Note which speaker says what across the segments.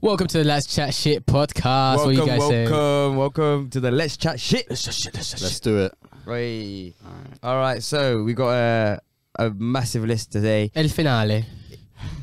Speaker 1: Welcome to the Let's Chat Shit podcast. what
Speaker 2: welcome,
Speaker 1: are you guys
Speaker 2: welcome,
Speaker 1: saying?
Speaker 2: welcome to the Let's Chat Shit. Let's chat shit. Let's chat
Speaker 3: Let's do it.
Speaker 2: Right. All right. So we got a a massive list today,
Speaker 1: El finale.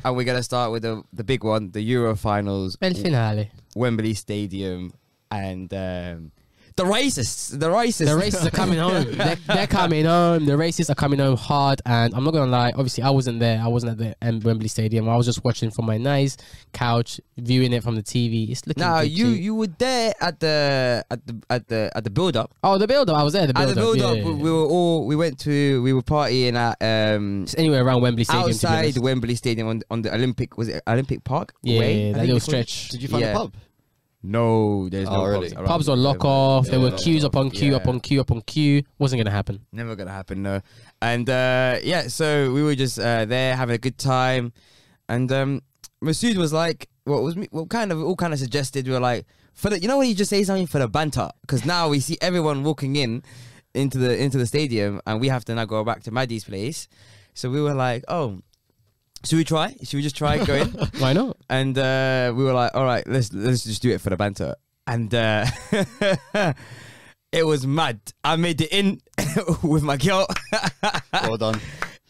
Speaker 2: and we're gonna start with the the big one, the Euro finals,
Speaker 1: El finale.
Speaker 2: Wembley Stadium, and um, the racists. The racists.
Speaker 1: The racists are coming home. They're, they're coming home. The racists are coming home hard. And I'm not gonna lie. Obviously, I wasn't there. I wasn't at the um, Wembley Stadium. I was just watching from my nice couch, viewing it from the TV. It's looking.
Speaker 2: Now
Speaker 1: good
Speaker 2: you
Speaker 1: too.
Speaker 2: you were there at the at the at the at the build up.
Speaker 1: Oh, the build up. I was there. The
Speaker 2: At
Speaker 1: build
Speaker 2: Ah, the
Speaker 1: up.
Speaker 2: build up,
Speaker 1: yeah.
Speaker 2: we were all we went to we were partying at um
Speaker 1: It's anywhere around Wembley Stadium. to be
Speaker 2: outside
Speaker 1: honest.
Speaker 2: Wembley Stadium on on the Olympic was it Olympic Park?
Speaker 1: Yeah,
Speaker 2: Way? I
Speaker 1: yeah,
Speaker 2: think
Speaker 1: that
Speaker 2: they
Speaker 1: little
Speaker 2: call it.
Speaker 1: stretch.
Speaker 3: Did you find
Speaker 2: Yeah.
Speaker 3: a pub?
Speaker 2: No, there's
Speaker 3: Oh,
Speaker 2: no
Speaker 3: really?
Speaker 2: pubs around
Speaker 1: Pubs were
Speaker 2: there.
Speaker 1: lock off. There
Speaker 3: Yeah,
Speaker 1: were
Speaker 3: lock
Speaker 1: queues
Speaker 2: off.
Speaker 1: upon queue
Speaker 2: Yeah.
Speaker 1: upon queue upon queue. Wasn't gonna happen.
Speaker 2: Never gonna happen, no. And uh, yeah, so we were just uh, there having a good time, and um, Masood was like, "What was me? What kind of all kind of suggested?" We were like, "For the, you know when you just say something for the banter, because now we see everyone walking in into the into the stadium, and we have to now go back to Maddie's place." So we were like, "Oh, should we try? Should we just try going?"
Speaker 1: Why not?
Speaker 2: and uh, we were like, "All right, let's let's just do it for the banter." And uh, it was mad. I made it in with my girl.
Speaker 3: Well done.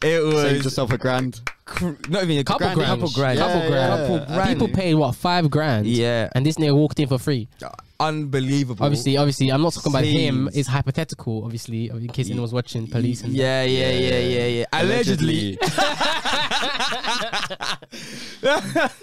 Speaker 2: It
Speaker 3: Saved
Speaker 2: was
Speaker 3: yourself a grand.
Speaker 2: cr- not even a
Speaker 1: Couple
Speaker 2: grand,
Speaker 1: grand.
Speaker 2: couple grand,
Speaker 1: Yeah,
Speaker 2: couple grand,
Speaker 3: yeah.
Speaker 2: couple grand.
Speaker 1: People paid what five grand.
Speaker 2: yeah,
Speaker 1: And this nigga walked in for free.
Speaker 2: unbelievable.
Speaker 1: Obviously, obviously, I'm not talking about him.
Speaker 2: Please.
Speaker 1: It's hypothetical, obviously, in case anyone's watching police. And
Speaker 2: Yeah, yeah, yeah, yeah, yeah. Allegedly,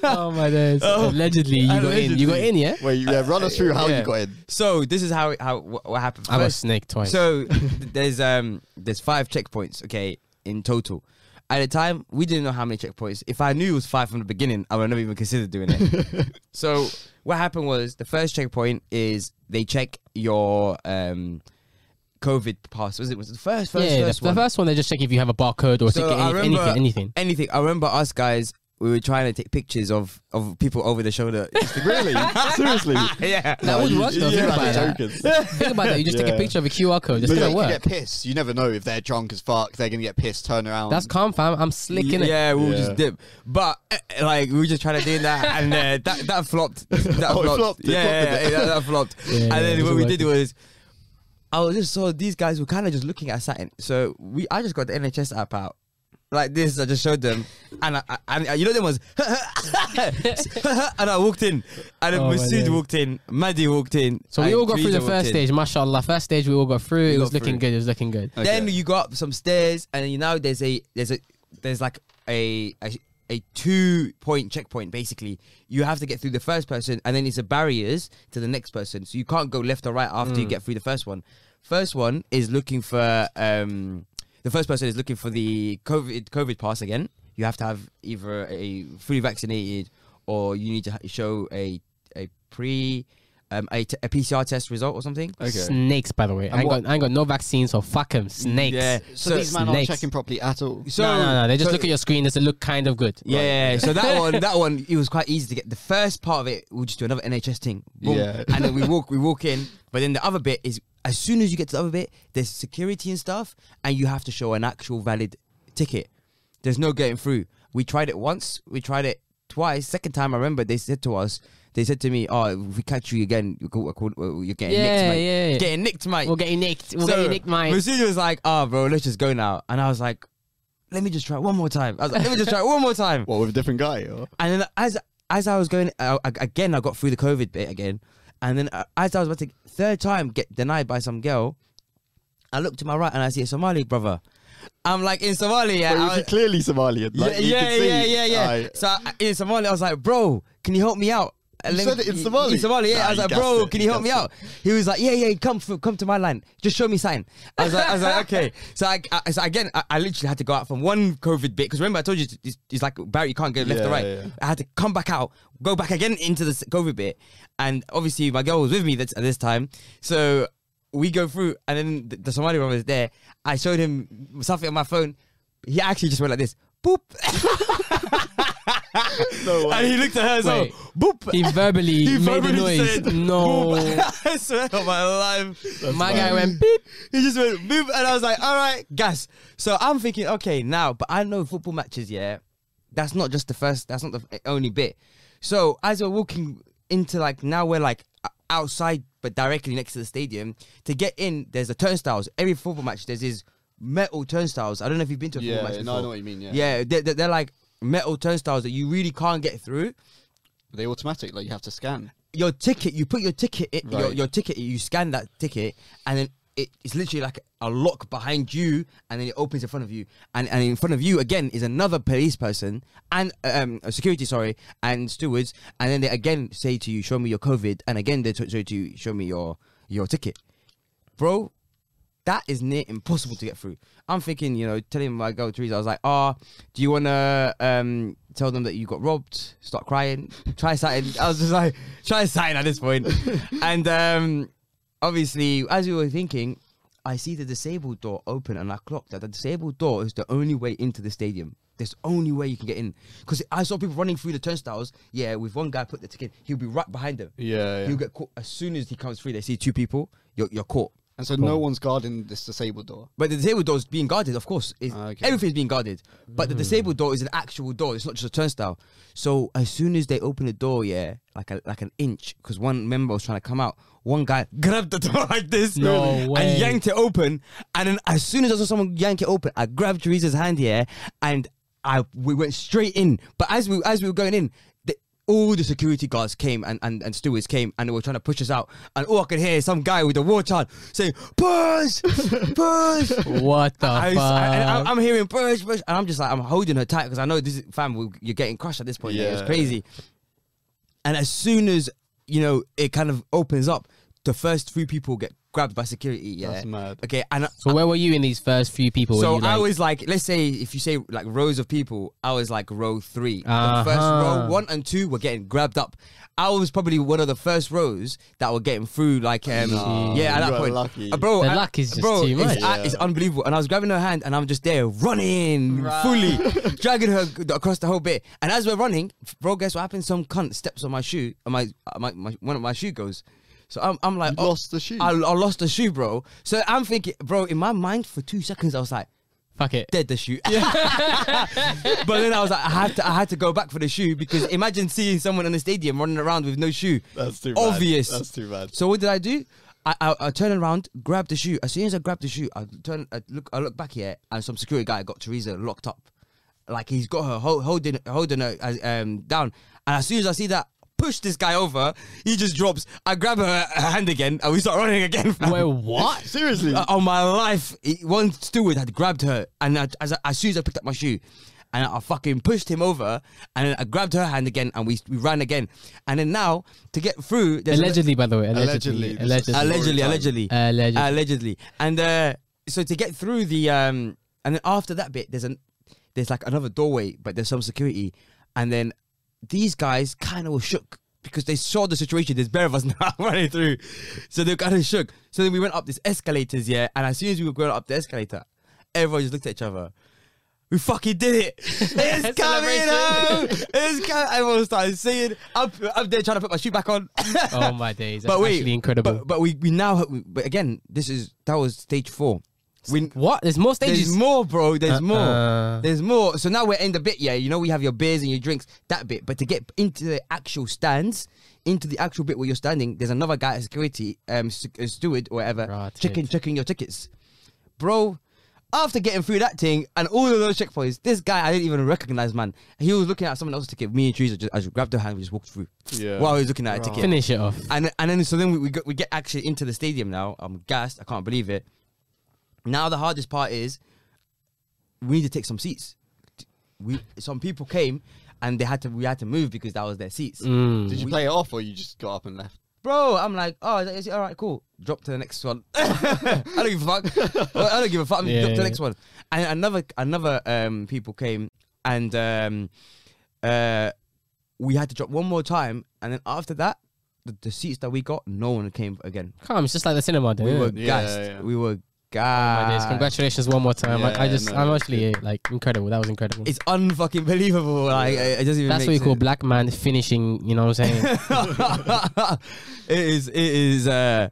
Speaker 1: Oh my days! Allegedly, you got in. You got in, yeah.
Speaker 3: Wait, yeah, run us through how
Speaker 2: yeah.
Speaker 3: you got in.
Speaker 2: So this is how it- how wh- what happened.
Speaker 1: I was
Speaker 2: First-
Speaker 1: snake twice.
Speaker 2: So th- there's um there's five checkpoints, okay, in total. At the time, we didn't know how many checkpoints. If I knew it was five from the beginning, I would have never even considered doing it. so what happened was the first checkpoint is they check your um COVID pass. Was it was it the first first
Speaker 1: yeah,
Speaker 2: first
Speaker 1: the,
Speaker 2: one?
Speaker 1: the first one they just check if you have a barcode or
Speaker 2: So
Speaker 1: ticket,
Speaker 2: I
Speaker 1: any-
Speaker 2: remember-
Speaker 1: anything, anything.
Speaker 2: Anything. I remember us guys. We were trying to take pictures of of people over the shoulder.
Speaker 3: Really? Seriously?
Speaker 2: yeah.
Speaker 1: That would
Speaker 3: you-
Speaker 1: work though.
Speaker 3: you
Speaker 1: Think
Speaker 3: like
Speaker 1: about
Speaker 3: the
Speaker 1: that.
Speaker 3: jokers.
Speaker 1: Think about that. You just take a
Speaker 3: Yeah.
Speaker 1: picture of a QR code. It's
Speaker 3: But
Speaker 1: gonna
Speaker 3: like, you
Speaker 1: work.
Speaker 3: get pissed. You never know if they're drunk as fuck. They're gonna get pissed. Turn around.
Speaker 1: That's calm, fam. I'm slicking it.
Speaker 2: Yeah, we'll just
Speaker 3: Yeah.
Speaker 2: dip. But eh, eh, like we were just trying to do that, and uh, that that flopped. That
Speaker 3: Oh, it
Speaker 2: flopped.
Speaker 3: flopped, it
Speaker 2: Yeah,
Speaker 3: flopped,
Speaker 2: yeah,
Speaker 3: did
Speaker 2: yeah, that, that flopped.
Speaker 1: Yeah,
Speaker 2: and
Speaker 1: yeah,
Speaker 2: then
Speaker 1: it
Speaker 2: what
Speaker 1: wasn't
Speaker 2: we did was, I was just saw these guys were kind of just looking at something. So we, I just got the NHS app out. Like this, I just showed them, and I, I, and uh, you know them was, and I walked in, and then
Speaker 1: Oh, my
Speaker 2: Masood
Speaker 1: days.
Speaker 2: walked in, Maddie walked in.
Speaker 1: So we
Speaker 2: and
Speaker 1: all got through the
Speaker 2: Teresa walked
Speaker 1: first
Speaker 2: in.
Speaker 1: stage. Mashallah, first stage we all got through.
Speaker 2: We
Speaker 1: It was
Speaker 2: got
Speaker 1: looking
Speaker 2: through.
Speaker 1: good. It was looking good.
Speaker 3: Okay.
Speaker 2: Then you go up some stairs, and you know there's a there's a there's like a a, a two point checkpoint. Basically, you have to get through the first person, and then it's a barriers to the next person. So you can't go left or right after you get through the first one. First one is looking for um the first person is looking for the COVID COVID pass again. You have to have either a fully vaccinated or you need to ha- show a a pre um a, t- a PCR test result or something.
Speaker 1: Snakes, by the way. I ain't,
Speaker 2: what-
Speaker 1: got, I ain't got no vaccine, so fuck them. Snakes.
Speaker 2: Yeah.
Speaker 3: So, these men aren't
Speaker 1: Snakes.
Speaker 3: checking properly at all.
Speaker 2: So
Speaker 1: no, no, no. They just
Speaker 2: so-
Speaker 1: look at your screen. Does it look kind of good?
Speaker 2: Yeah, yeah, yeah. so that one, that one, it was quite easy to get. The first part of it, we'll just do another NHS thing, boom,
Speaker 3: Yeah.
Speaker 2: and then we walk, we walk in. But then the other bit is, as soon as you get to the other bit, there's security and stuff, and you have to show an actual valid ticket. There's no getting through. We tried it once, we tried it twice. Second time, I remember they said to us, they said to me, "Oh, if we catch you again, you're go- you're getting nicked,
Speaker 1: Yeah,
Speaker 2: mate.
Speaker 1: yeah, yeah.
Speaker 2: You're getting nicked, mate."
Speaker 1: We'll get you nicked. We'll get you nicked, mate.
Speaker 2: Mercedes was like, "Ah, bro, let's just go now," and I was like. Let me just try it one more time. I was like, let me just try it one more time.
Speaker 3: What with a different guy? Or?
Speaker 2: And then as as I was going uh, again, I got through the COVID bit again. And then uh, as I was about to third time get denied by some girl, I look to my right and I see a Somali brother. I'm like in Somali, yeah,
Speaker 3: Wait,
Speaker 2: I
Speaker 3: was he
Speaker 2: was-
Speaker 3: clearly Somalian? Like, you
Speaker 2: yeah,
Speaker 3: could
Speaker 2: yeah,
Speaker 3: see-
Speaker 2: yeah, yeah, yeah.
Speaker 3: Aye.
Speaker 2: So I- in Somali, I was like, bro, can you help me out? And
Speaker 3: You
Speaker 2: let
Speaker 3: said it in Somali?
Speaker 2: In Somali, yeah.
Speaker 3: Nah,
Speaker 2: I was
Speaker 3: you
Speaker 2: like,
Speaker 3: gassed
Speaker 2: bro,
Speaker 3: it,
Speaker 2: can
Speaker 3: you
Speaker 2: you help me out?
Speaker 3: gassed
Speaker 2: He was like, yeah, yeah, come, for, come to my line. Just show me sign. I was like, I was like, okay. So I, I so again, I, I literally had to go out from one COVID bit because remember I told you it's, it's like Barry, you can't go left or
Speaker 3: Yeah,
Speaker 2: right.
Speaker 3: yeah.
Speaker 2: I had to come back out, go back again into the s- COVID bit, and obviously my girl was with me this, at this time, so we go through, and then the, the Somali one was there. I showed him something on my phone. He actually just went like this, boop,
Speaker 3: No way.
Speaker 2: and he looked at her so
Speaker 1: Wait.
Speaker 2: boop.
Speaker 1: He verbally made
Speaker 2: verbally
Speaker 1: the noise.
Speaker 2: said,
Speaker 1: no.
Speaker 2: boop. I swear on my life.
Speaker 1: My
Speaker 3: wild.
Speaker 1: guy went beep.
Speaker 2: He just went boop, and I was like, all right, gas. So I'm thinking, okay, now, but I know football matches, yeah. That's not just the first. That's not the only bit. So as we're walking into like now we're like o- outside but directly next to the stadium to get in. There's the turnstiles. Every football match there's these metal turnstiles. I don't know if you've been to a
Speaker 3: Yeah,
Speaker 2: football match.
Speaker 3: no, I know
Speaker 2: before.
Speaker 3: what you mean, yeah.
Speaker 2: yeah, they're, they're like metal turnstiles that you really can't get through.
Speaker 3: They automatic, like you have to scan.
Speaker 2: Your ticket, you put your ticket, in, your,
Speaker 3: Right.
Speaker 2: your ticket, you scan that ticket, and then it, it's literally like a lock behind you, and then it opens in front of you, and and in front of you again is another police person and um uh, security, sorry, and stewards, and then they again say to you, show me your COVID, and again they t- say to you, show me your your ticket, bro. That is near impossible to get through. I'm thinking, you know, telling my girl Teresa, I was like, ah, do you wanna um tell them that you got robbed? Stop crying. Try something. I was just like, try something at this point. and um obviously, as we were thinking, I see the disabled door open and I clocked that the disabled door is the only way into the stadium. There's only way you can get in. Because I saw people running through the turnstiles. Yeah, with one guy put the ticket, he'll be right behind them.
Speaker 3: Yeah,
Speaker 2: He'll get caught as soon as he comes through. They see two people, you're, you're caught.
Speaker 3: And so no one's guarding this disabled door.
Speaker 2: But the disabled door is being guarded, of course. It's,
Speaker 3: Ah, okay.
Speaker 2: Everything's being guarded. But the disabled door is an actual door. It's not just a turnstile. So as soon as they open the door, yeah, like a, like an inch, because one member was trying to come out, one guy grabbed the door like this
Speaker 1: No way.
Speaker 2: and yanked it open. And then as soon as I saw someone yank it open, I grabbed Teresa's hand here and I we went straight in. But as we as we were going in, the, all the security guards came and, and, and stewards came and they were trying to push us out. And all I could hear is some guy with a war chant saying, push, push.
Speaker 1: What the
Speaker 2: I,
Speaker 1: fuck?
Speaker 2: am hearing push, push, and I'm just like, I'm holding her tight because I know this is, fam, we- you're getting crushed at this point. Yeah. It's
Speaker 3: Yeah.
Speaker 2: crazy. And as soon as, you know, it kind of opens up, the first three people get grabbed by security. Yeah.
Speaker 3: That's mad.
Speaker 2: Okay. And
Speaker 1: so where were you in these first few people? Were
Speaker 2: so
Speaker 1: you,
Speaker 2: I
Speaker 1: like-
Speaker 2: was like, let's say if you say like rows of people, I was like row 3 The first
Speaker 1: Uh-huh.
Speaker 2: row, one and two were getting grabbed up. I was probably one of the first rows that were getting through. Like, um,
Speaker 3: Nah,
Speaker 2: yeah, at
Speaker 3: you
Speaker 2: that
Speaker 3: are
Speaker 2: point,
Speaker 3: lucky.
Speaker 2: Uh, bro,
Speaker 1: The
Speaker 2: I-
Speaker 1: luck is just
Speaker 2: bro,
Speaker 1: too
Speaker 2: it's-
Speaker 1: much.
Speaker 2: I- it's
Speaker 3: Yeah.
Speaker 2: unbelievable. And I was grabbing her hand, and I'm just there running fully, dragging her g- across the whole bit. And as we're running, bro, guess what happened? Some cunt steps on my shoe, and my, uh, my, my one of my shoe goes. So I'm, I'm like, oh,
Speaker 3: You lost the shoe?
Speaker 2: I, I lost the shoe, bro. So I'm thinking, bro, in my mind for two seconds, I was like,
Speaker 1: fuck it.
Speaker 2: dead the shoe. but then I was like, I had to, I had to go back for the shoe because imagine seeing someone in the stadium running around with no shoe.
Speaker 3: That's too bad.
Speaker 2: obvious.
Speaker 3: That's too bad.
Speaker 2: So what did I do? I, I, I turned around, grabbed the shoe. As soon as I grabbed the shoe, I turn, I look, I look back here, and some security guy got Teresa locked up, like he's got her hold, holding, holding her as, um, down. And as soon as I see that, push this guy over. He just drops. I grab her, her hand again, and we start running again. fam.
Speaker 1: Wait, what?
Speaker 3: Seriously?
Speaker 2: Uh, on my life, it- one steward had grabbed her, and I, as, I, as soon as I picked up my shoe, and I fucking pushed him over, and then I grabbed her hand again, and we we ran again, and then now to get through, there's a-
Speaker 1: Allegedly, by the way. Allegedly.
Speaker 3: Allegedly, this is-
Speaker 1: Allegedly.
Speaker 2: allegedly,
Speaker 3: Story time.
Speaker 2: allegedly,
Speaker 1: Allegedly.
Speaker 2: allegedly, and uh, so to get through the um, and then after that bit, there's an there's like another doorway, but there's some security, and then these guys kind of were shook because they saw the situation. There's bare of us now running through, so they kind of shook. So then we went up these escalators, yeah, and as soon as we were going up the escalator, everyone just looked at each other. We fucking did it! It's coming home!
Speaker 1: Celebration.
Speaker 2: It's coming! Everyone started singing. I'm, I'm there trying to put my shoe back on.
Speaker 1: Oh my days. That's
Speaker 2: but wait,
Speaker 1: actually incredible.
Speaker 2: But, but we we now but again, this is that was stage four. We,
Speaker 1: what? There's more stages.
Speaker 2: there's more, bro. There's
Speaker 1: Uh-uh.
Speaker 2: more. There's more. So now we're in the bit, yeah. You know, we have your beers and your drinks, that bit. But to get into the actual stands, into the actual bit where you're standing, there's another guy at security, um, sec- uh, steward or whatever,
Speaker 1: Right,
Speaker 2: checking
Speaker 1: dude.
Speaker 2: checking your tickets, bro. After getting through that thing and all of those checkpoints, this guy I didn't even recognize, man. He was looking at someone else's ticket. Me and Teresa just, I just grabbed her hand, we just walked through.
Speaker 3: Yeah.
Speaker 2: While he was looking at a ticket.
Speaker 1: Finish it off.
Speaker 2: And and then so then we we, go, we get actually into the stadium now. I'm gassed. I can't believe it. Now the hardest part is we need to take some seats. We some people came and they had to we had to move because that was their seats.
Speaker 1: Mm.
Speaker 3: Did you play it off or you just got up and left?
Speaker 2: Bro, I'm like, oh, is that, is it all right? Cool. Drop to the next one. I don't give a fuck. I don't give a fuck. I'm
Speaker 1: Yeah,
Speaker 2: drop to
Speaker 1: yeah.
Speaker 2: the next one. And another another um people came and um uh we had to drop one more time and then after that the, the seats that we got no one came again
Speaker 1: Come, it's just like the cinema, dude.
Speaker 2: We were
Speaker 3: Yeah,
Speaker 2: gassed.
Speaker 3: yeah.
Speaker 2: We were
Speaker 1: Oh My days.
Speaker 2: gassed.
Speaker 1: Congratulations one more time. like, I
Speaker 3: Yeah,
Speaker 1: just,
Speaker 3: no,
Speaker 1: I'm
Speaker 3: it's
Speaker 1: actually like incredible. That was incredible.
Speaker 2: It's unfucking believable. Like it doesn't even.
Speaker 1: That's
Speaker 2: make
Speaker 1: what you call
Speaker 2: sense.
Speaker 1: black man finishing. You know what I'm saying?
Speaker 2: it is. It is. Uh,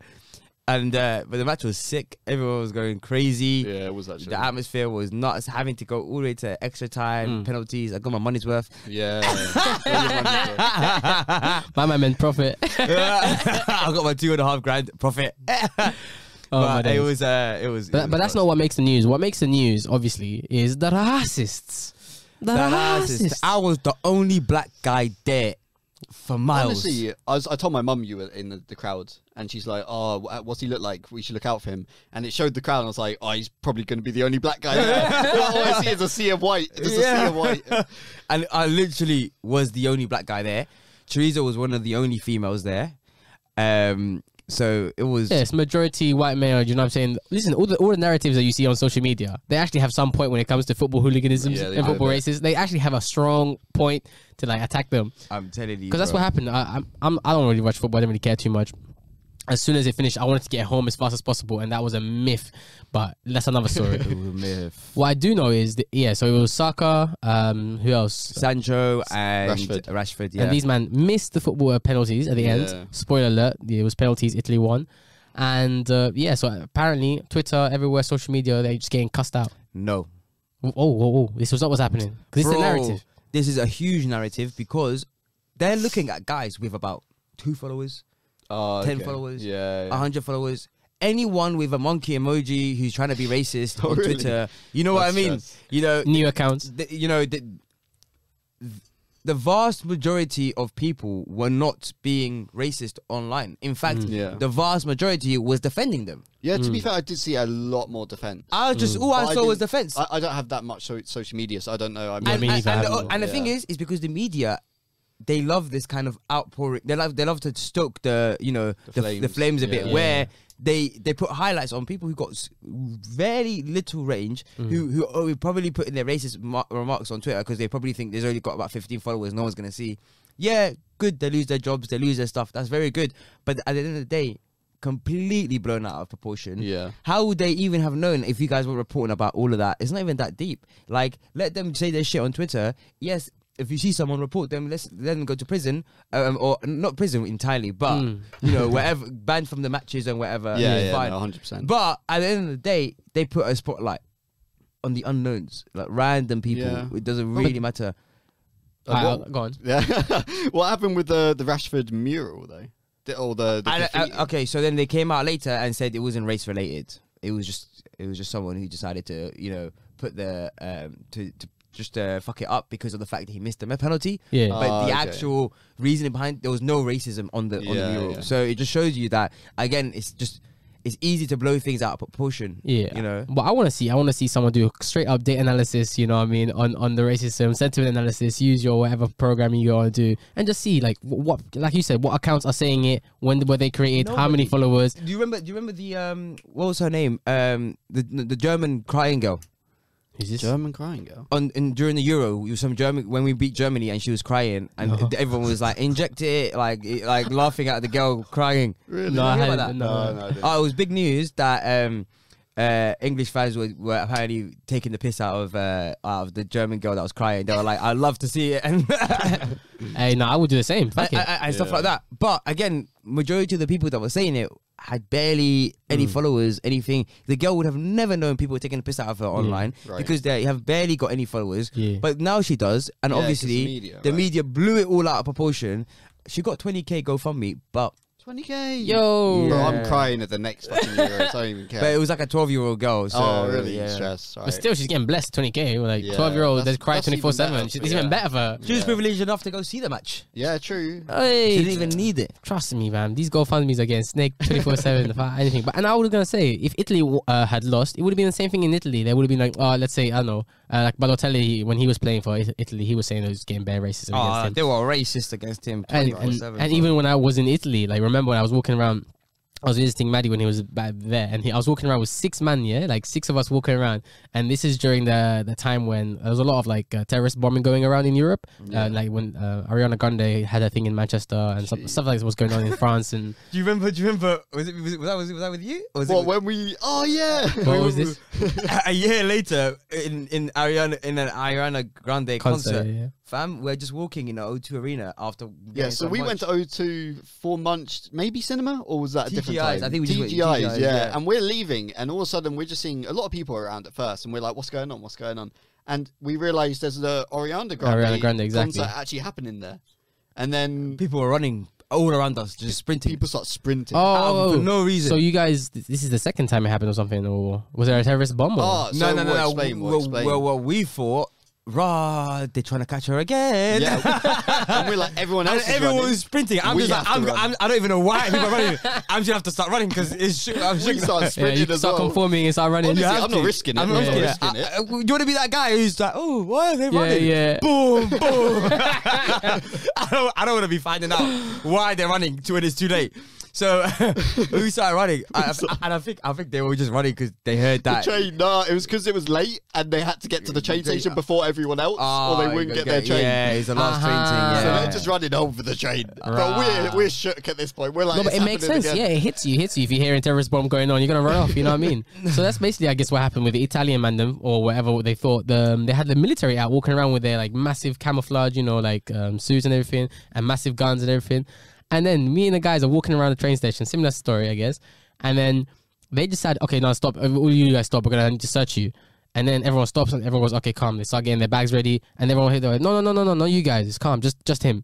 Speaker 2: And uh, but the match was sick. Everyone was going crazy.
Speaker 4: Yeah, it was actually.
Speaker 2: The atmosphere was nuts. Having to go all the way to extra time,
Speaker 1: Mm.
Speaker 2: penalties. I got my money's worth.
Speaker 4: Yeah. Everyone was there.
Speaker 1: My man meant profit.
Speaker 2: I got my two and a half grand profit. but
Speaker 1: Oh, my
Speaker 2: it
Speaker 1: days.
Speaker 2: was uh, it was. it
Speaker 1: But,
Speaker 2: was
Speaker 1: but that's
Speaker 2: nuts.
Speaker 1: not what makes the news. What makes the news, obviously, is the racists. The,
Speaker 2: The
Speaker 1: racists. Ah,
Speaker 2: racist. I was the only black guy there for miles.
Speaker 3: Honestly, I, was, I told my mum you were in the, the crowd, and she's like, "Oh, wh- what's he look like? We should look out for him." And it showed the crowd, and I was like, "Oh, he's probably going to be the only black guy." There. All I see is a sea of white. Just a sea of white.
Speaker 2: and I literally was the only black guy there. Teresa was one of the only females there. Um, so it was.
Speaker 1: Yes, majority white male. You know what I'm saying? Listen, all the all the narratives that you see on social media, they actually have some point when it comes to football hooliganism
Speaker 4: Yeah, they
Speaker 1: and
Speaker 4: do,
Speaker 1: football
Speaker 4: yeah.
Speaker 1: races. They actually have a strong point to like attack them
Speaker 2: I'm telling you,
Speaker 1: because that's
Speaker 2: bro.
Speaker 1: what happened. I, I'm, I'm I don't really watch football. I don't really care too much. As soon as it finished, I wanted to get home as fast as possible, and that was a myth. But that's another story.
Speaker 2: It was a myth.
Speaker 1: what I do know is, that, yeah. So it was Saka. Um, who else?
Speaker 2: Sancho and Rashford.
Speaker 3: Rashford.
Speaker 2: yeah.
Speaker 1: And these men missed the football penalties at the
Speaker 3: Yeah.
Speaker 1: end. Spoiler alert, it was penalties, Italy won. And uh, yeah, so apparently Twitter, everywhere, social media, they're just getting cussed out.
Speaker 2: no,
Speaker 1: Oh, oh, oh, this was not what's happening. 'Cause this is
Speaker 2: Bro,
Speaker 1: the narrative.
Speaker 2: This is a huge narrative because they're looking at guys with about two followers,
Speaker 4: Oh,
Speaker 2: ten
Speaker 4: okay.
Speaker 2: followers,
Speaker 4: Yeah.
Speaker 2: a hundred followers. Anyone with a monkey emoji who's trying to be racist on
Speaker 3: Oh, really?
Speaker 2: Twitter, you know what I
Speaker 3: That's
Speaker 2: mean?
Speaker 3: just-
Speaker 2: You know,
Speaker 1: New accounts.
Speaker 2: the, you know the, the vast majority of people were not being racist online. In fact,
Speaker 3: Mm.
Speaker 4: Yeah.
Speaker 2: the vast majority was defending them.
Speaker 3: Yeah, to
Speaker 2: Hmm.
Speaker 3: be fair, I did see a lot more defense.
Speaker 2: I was just all I,
Speaker 3: Mm. But
Speaker 2: saw was
Speaker 3: didn't-
Speaker 2: defense.
Speaker 3: I, I don't have that much so, social media, so I don't know. I mean,
Speaker 1: Yeah,
Speaker 2: and,
Speaker 1: me
Speaker 2: and-
Speaker 1: neither,
Speaker 2: and
Speaker 1: I
Speaker 2: the,
Speaker 1: haven't.
Speaker 2: and the thing
Speaker 3: Yeah.
Speaker 2: is, is because the media, they love this kind of outpouring. They love they love to stoke the you know the, the flames.
Speaker 4: flames,
Speaker 2: a bit,
Speaker 4: yeah.
Speaker 2: where they they put highlights on people who got s- very little range,
Speaker 1: Mm.
Speaker 2: who who oh, probably put in their racist mar- remarks on Twitter because they probably think there's only got about 15 followers, no one's gonna see. Yeah, good. They lose their jobs, they lose their stuff. That's very good. But at the end of the day. Completely blown out of proportion.
Speaker 4: Yeah.
Speaker 2: How would they even have known if you guys were reporting about all of that? It's not even that deep. Like, let them say their shit on Twitter. Yes, if you see someone report them, let's let them go to prison, um, or not prison entirely, but you know, wherever banned from the matches and whatever.
Speaker 3: Hmm. yeah,
Speaker 2: it's
Speaker 3: yeah,
Speaker 2: uh, fine.
Speaker 3: no, 100%.
Speaker 2: But at the end of the day, they put a spotlight on the unknowns, like random people.
Speaker 3: Yeah.
Speaker 2: It doesn't really matter. Uh,
Speaker 1: Alright, I'll- go on.
Speaker 3: Yeah. what happened with the the Rashford mural though? The, or the, the
Speaker 2: I uh, don't-
Speaker 3: graffiti?
Speaker 2: I- okay, so then they came out later and said it wasn't race related. It was just it was just someone who decided to you know put the um to, to just uh, fuck it up because of the fact that he missed the penalty.
Speaker 1: Yeah.
Speaker 2: but
Speaker 3: Ah,
Speaker 2: the
Speaker 3: okay.
Speaker 2: actual reasoning behind there was no racism on the on the
Speaker 4: Yeah,
Speaker 2: mural.
Speaker 4: yeah.
Speaker 2: So it just shows you that again, it's just it's easy to blow things out of proportion.
Speaker 1: Yeah.
Speaker 2: you know.
Speaker 1: But I want to see, I want to see someone do a straight up data analysis, you know what I mean, on, on the racism, sentiment analysis, use your whatever programming you want to do, and just see, like, wh- what, like you said, what accounts are saying it, when were they created, how many
Speaker 2: Nobody-
Speaker 1: followers.
Speaker 2: Do you remember? Do you remember the um? What was her name? Um, the the German crying girl
Speaker 1: Who's this?
Speaker 3: German crying girl.
Speaker 2: on in, during the Euro. You some German when we beat Germany and she was crying and everyone was like inject it like it- like laughing at the girl crying.
Speaker 3: Really?
Speaker 1: No, I
Speaker 2: hear about
Speaker 1: haven't-
Speaker 2: that?
Speaker 1: no.
Speaker 3: no, I didn't.
Speaker 2: Oh, it was big news that um, uh, English fans were, were apparently taking the piss out of uh, out of the German girl that was crying. They were like, "I love to see it," and
Speaker 1: Hey, no, I would do the same. Fuck
Speaker 2: and-
Speaker 1: it.
Speaker 2: and stuff like that. But again, majority of the people that were saying it had barely any
Speaker 1: Mm.
Speaker 2: followers, anything. The girl would have never known people were taking the piss out of her online
Speaker 3: Right.
Speaker 2: because they have barely got any followers.
Speaker 1: Mm. Yeah.
Speaker 2: But now she does, and
Speaker 3: Yeah, 'cause
Speaker 2: obviously
Speaker 3: the media,
Speaker 2: the
Speaker 3: right.
Speaker 2: media blew it all out of proportion. She got 20k GoFundMe, but
Speaker 3: 20k.
Speaker 1: Yo.
Speaker 3: Bro,
Speaker 2: Yeah.
Speaker 3: I'm crying at the next fucking Euros. I don't even care.
Speaker 2: but it was like a 12 year old girl. So,
Speaker 3: oh, really?
Speaker 2: yeah.
Speaker 3: Stress. Right.
Speaker 1: But still, she's getting blessed 20k. Like
Speaker 3: Yeah,
Speaker 1: 12 year old,
Speaker 3: that's-
Speaker 1: that's crying
Speaker 3: that's even
Speaker 1: 24 7.
Speaker 3: better,
Speaker 1: She's
Speaker 3: but
Speaker 1: even
Speaker 3: yeah.
Speaker 1: better for her.
Speaker 2: She was
Speaker 3: Yeah.
Speaker 2: privileged enough to go see the match.
Speaker 3: yeah, true.
Speaker 2: Uh, She didn't even need it.
Speaker 1: Trust me, man. These GoFundMe's are getting snaked 24 7, anything. But And I was going to say, if Italy w- uh, had lost, it would have been the same thing in Italy. They would have been like, oh, let's say, I don't know, uh, like Balotelli, he, when he was playing for It- Italy, he was saying it was getting bare racism
Speaker 2: Oh,
Speaker 1: against him.
Speaker 2: they were racist against him.
Speaker 1: And,
Speaker 2: 24/7,
Speaker 1: and,
Speaker 2: bro.
Speaker 1: and even when I was in Italy, like, remember when I was walking around. I was visiting Maddie when he was back there, and he, I was walking around with six men, yeah, like six of us walking around. And this is during the the time when there was a lot of like uh, terrorist bombing going around in Europe, uh, like when uh, Ariana Grande had her thing in Manchester and stuff, stuff like this was going on in France. And
Speaker 2: do you remember? Do you remember? Was it? Was, it, was that? Was, it, was that with you? Or was it
Speaker 3: What
Speaker 2: with-
Speaker 3: when we? Oh yeah.
Speaker 1: what was this
Speaker 2: a year later in in Ariana in an Ariana Grande concert,
Speaker 1: concert? yeah.
Speaker 2: fam, we're just walking in the O2 Arena after.
Speaker 3: Yeah,
Speaker 2: getting
Speaker 3: so
Speaker 2: some
Speaker 3: we
Speaker 2: lunch.
Speaker 3: went to O2 for Munch, maybe cinema, or was that a different
Speaker 2: TGIs,
Speaker 3: time?
Speaker 2: I think we just went
Speaker 3: TGIs,
Speaker 2: TGIs,
Speaker 3: yeah.
Speaker 2: yeah.
Speaker 3: And we're leaving, and all of a sudden we're just seeing a lot of people around at first, and we're like, "What's going on? What's going on?" And we realise there's the Ariana Grande,
Speaker 1: Ariana Grande, exactly.
Speaker 3: concert actually happening there, and then
Speaker 2: People were running all around us, just sprinting.
Speaker 3: people start sprinting.
Speaker 2: Out
Speaker 1: Oh,
Speaker 2: for no reason.
Speaker 1: So you guys, th- this is the second time it happened or something, or was there a terrorist bomb? Or?
Speaker 3: Oh, so
Speaker 2: no, no, no,
Speaker 3: we'll
Speaker 2: no.
Speaker 3: Explain, we'll
Speaker 2: well,
Speaker 3: explain.
Speaker 2: well, well, we thought, rah, they're trying to catch her again.
Speaker 3: yeah, and we're like everyone
Speaker 2: And
Speaker 3: else. is
Speaker 2: everyone
Speaker 3: running.
Speaker 2: was sprinting. I'm
Speaker 3: We
Speaker 2: just like,
Speaker 3: have to
Speaker 2: I'm,
Speaker 3: run.
Speaker 2: I'm, I don't even know why people are running. I'm just gonna have to start running because it's. sh- I'm
Speaker 3: we
Speaker 2: shaking.
Speaker 3: start
Speaker 1: yeah,
Speaker 3: sprinting
Speaker 1: you
Speaker 3: as
Speaker 1: start
Speaker 3: well.
Speaker 1: conforming and start running.
Speaker 3: Honestly,
Speaker 1: yeah,
Speaker 2: have
Speaker 3: I'm not
Speaker 2: to.
Speaker 3: risking it.
Speaker 2: I'm
Speaker 3: yeah.
Speaker 2: not risking it.
Speaker 3: risking
Speaker 2: I-
Speaker 3: it.
Speaker 2: I- do you want to be that guy who's like, oh, why are they
Speaker 1: yeah,
Speaker 2: running?
Speaker 1: yeah.
Speaker 2: Boom, boom. I don't, I don't want to be finding out why they're running to when it's too late. So we started running, I, I- and I think I think they were just running because they heard that.
Speaker 3: Train, nah, it was because it was late and they had to get to the train
Speaker 2: Train-
Speaker 3: station before everyone else,
Speaker 2: Ah,
Speaker 3: or they wouldn't get
Speaker 2: okay,
Speaker 3: their train.
Speaker 2: Yeah, it's the last
Speaker 1: Uh-huh.
Speaker 2: train
Speaker 3: So
Speaker 2: thing. Yeah.
Speaker 3: they're just running over the train. But
Speaker 1: Right.
Speaker 3: we're, we're shook at this point. We're like,
Speaker 1: No, but
Speaker 3: "It's
Speaker 1: it makes
Speaker 3: happening
Speaker 1: sense.
Speaker 3: again."
Speaker 1: Yeah, it hits you. It hits you. If you hear a terrorist bomb going on, you're gonna run off. You know what I mean? So that's basically, I guess, what happened with the Italian man them or whatever they thought. The, um, they had the military out walking around with their like massive camouflage, you know, like um, suits and everything, and massive guns and everything. And then me and the guys are walking around the train station. Similar story, I guess. And then they decide, okay, no, stop. Uh, All you guys stop. We're gonna need to search you. And then everyone stops and everyone goes, okay, calm. They start getting their bags ready, and everyone here they're like, no, no, no, no, no, no, you guys, it's calm. Just, just him.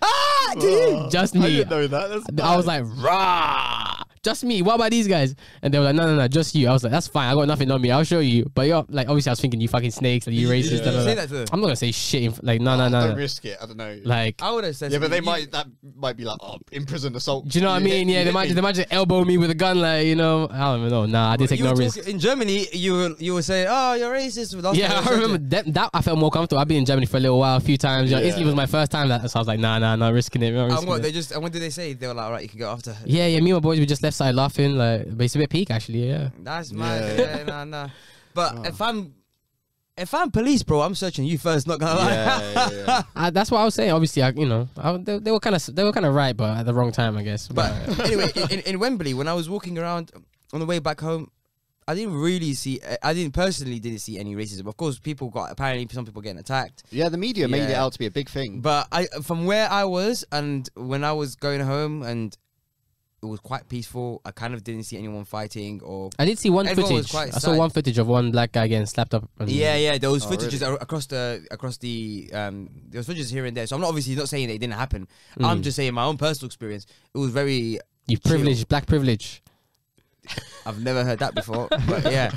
Speaker 2: Ah, dude.
Speaker 1: Just
Speaker 3: Oh. I
Speaker 1: me.
Speaker 3: didn't know that. That's
Speaker 1: I
Speaker 3: bad.
Speaker 1: was like, rah, just me. What about these guys? And they were like, no, no, no, just you. I was like, that's fine. I got nothing on me. I'll show you. But you're like, obviously, I was thinking you fucking snakes, like you racist. blah, blah,
Speaker 2: Say
Speaker 1: blah.
Speaker 2: that to them.
Speaker 1: I'm not gonna say shit. In, like, no, no, no,
Speaker 3: don't
Speaker 1: no.
Speaker 3: risk it. I don't know.
Speaker 1: Like,
Speaker 2: I would have said.
Speaker 3: yeah, but
Speaker 2: something.
Speaker 3: they
Speaker 2: You-
Speaker 3: might that might be like oh, imprison assault.
Speaker 1: do you know what I
Speaker 3: hit-
Speaker 1: mean? Yeah,
Speaker 3: you
Speaker 1: they
Speaker 3: hit
Speaker 1: might,
Speaker 3: me.
Speaker 1: they might just elbow me with a gun, like you know. I don't even know. Nah, I didn't take
Speaker 2: you
Speaker 1: no
Speaker 2: were
Speaker 1: risk.
Speaker 2: talking- In Germany, you were, you were saying, "Oh, you're racist." with us."
Speaker 1: Yeah, I remember that, that. I felt more comfortable. I've been in Germany for a little while, a few times. You know,
Speaker 3: Yeah.
Speaker 1: Italy was my first time, that so I was like, nah, nah, nah, risking it. Not risking
Speaker 2: And what
Speaker 1: it.
Speaker 2: they just and what did they say? They were like, "All right, you can go after." her."
Speaker 1: yeah, yeah. Me and my boys, we just left side laughing. Like, but it's a bit peak actually. Yeah.
Speaker 2: That's mad.
Speaker 3: Yeah.
Speaker 2: Yeah, nah, nah. But if I'm if I'm police, bro, I'm searching you first. Not gonna lie.
Speaker 3: Yeah, yeah, yeah.
Speaker 1: I, that's what I was saying. Obviously, I, you know, I, they, they were kind of they were kind of right, but at the wrong time, I guess. But
Speaker 2: But anyway, in- in, in Wembley, when I was walking around on the way back home, I didn't really see. I- I didn't personally didn't see any racism. Of course, people got apparently some people getting attacked.
Speaker 3: Yeah, the media made it
Speaker 2: Yeah.
Speaker 3: out to be a big thing.
Speaker 2: But I from where I was and when I was going home and it was quite peaceful. I kind of didn't see anyone fighting or.
Speaker 1: I did see one
Speaker 2: Everyone was
Speaker 1: footage.
Speaker 2: quite
Speaker 1: I saw
Speaker 2: sad.
Speaker 1: one footage of one black guy getting slapped up. and-
Speaker 2: Yeah, yeah, there was
Speaker 3: Oh,
Speaker 2: footages
Speaker 3: really?
Speaker 2: a- across the across the um there was footages here and there. So I'm not obviously not saying that it didn't happen.
Speaker 3: Mm.
Speaker 2: I'm just saying my own personal experience. It was very
Speaker 1: you privileged black privilege.
Speaker 2: I've never heard that before, but yeah.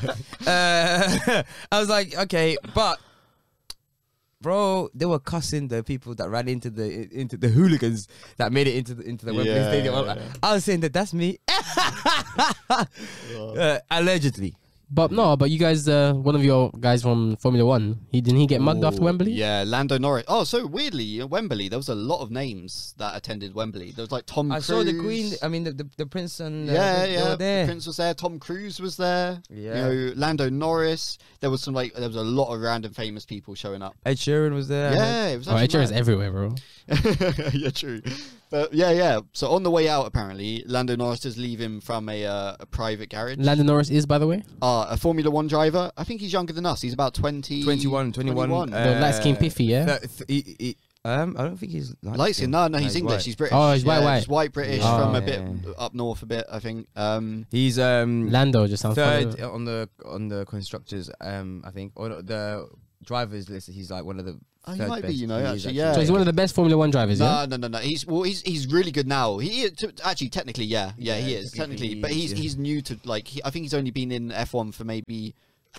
Speaker 2: Uh, I was like, okay, but bro, they were cussing the people that ran into the into the hooligans that made it into the into the Wembley
Speaker 3: Yeah,
Speaker 2: Stadium. I'm like-
Speaker 3: yeah.
Speaker 2: I was saying that that's me, uh, allegedly.
Speaker 1: But no, but you guys, uh, one of your guys from Formula One, he didn't he get mugged after
Speaker 2: Oh,
Speaker 3: Ooh,
Speaker 1: Wembley?
Speaker 3: Oh, Yeah, Lando Norris. Oh, so weirdly, at Wembley, there was a lot of names that attended Wembley. There was like Tom
Speaker 2: I
Speaker 3: Cruise.
Speaker 2: saw the Queen. I mean, the the, the Prince and uh,
Speaker 3: yeah,
Speaker 2: they were
Speaker 3: yeah.
Speaker 2: there.
Speaker 3: The Prince was there. Tom Cruise was there.
Speaker 2: Yeah.
Speaker 3: You know, Lando Norris. There was some like there was a lot of random famous people showing up.
Speaker 2: Ed Sheeran was there.
Speaker 3: Yeah, it was
Speaker 1: Oh,
Speaker 3: actually
Speaker 1: HR is
Speaker 3: mad.
Speaker 1: everywhere, bro.
Speaker 3: yeah, true. But yeah, yeah. So on the way out, apparently, Lando Norris is leaving from a, uh, a private garage.
Speaker 1: Landon Norris is, by the way,
Speaker 3: uh, a Formula One driver. I think he's younger than us. He's about 20,
Speaker 2: 21, 21.
Speaker 1: the light skin piffy, yeah.
Speaker 2: Uh, th- he- he- um, I don't think he's light
Speaker 3: Light skin. No, no, he's English.
Speaker 2: white.
Speaker 3: He's British.
Speaker 1: Oh, he's white,
Speaker 3: yeah,
Speaker 1: white.
Speaker 3: He's white British
Speaker 1: Oh,
Speaker 3: from a
Speaker 2: yeah,
Speaker 3: bit
Speaker 2: yeah.
Speaker 3: up north a bit, I think. Um,
Speaker 2: He's um
Speaker 1: Lando just sounds funny.
Speaker 2: third on the on the constructors. Um, I think or the drivers list. He's like one of the.
Speaker 3: Oh, he
Speaker 2: third
Speaker 3: might be,
Speaker 2: best.
Speaker 3: you know,
Speaker 2: He is
Speaker 3: actually, yeah.
Speaker 1: So he's one of the best Formula One drivers, yeah.
Speaker 3: no, no, no, no. He's well. He's he's really good now. He is- t- actually technically, yeah, yeah, he
Speaker 2: Yeah,
Speaker 3: is
Speaker 2: technically
Speaker 3: technically,
Speaker 2: he
Speaker 3: but
Speaker 2: is,
Speaker 3: he's
Speaker 2: yeah.
Speaker 3: he's new to like. He, I think he's only been in F one for maybe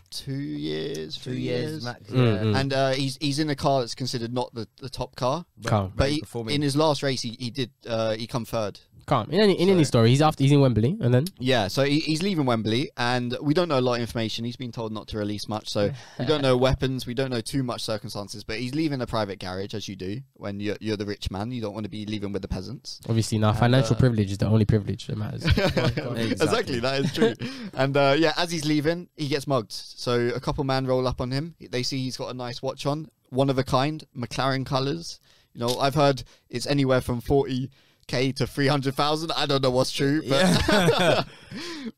Speaker 3: two years,
Speaker 2: Two
Speaker 3: three
Speaker 2: years max.
Speaker 1: Mm,
Speaker 2: yeah.
Speaker 1: mm.
Speaker 3: and uh, he's he's in a car that's considered not the, the top car.
Speaker 1: Calm,
Speaker 3: But he,
Speaker 2: performing.
Speaker 3: in his last race, he, he did uh, he come third.
Speaker 1: calm. In any in any story, he's after he's in Wembley, and then
Speaker 3: Yeah, so he, he's leaving Wembley, and we don't know a lot of information. He's been told not to release much, so we don't know weapons, we don't know too much circumstances. But he's leaving a private garage, as you do when you're, you're the rich man. You don't want to be leaving with the peasants.
Speaker 1: obviously now financial privilege is the only privilege that matters.
Speaker 3: exactly. that is true. and uh, yeah, as he's leaving, he gets mugged. So a couple man roll up on him. They see he's got a nice watch on, one of a kind, McLaren colours. You know, I've heard it's anywhere from forty k to three hundred thousand. I don't know what's true, but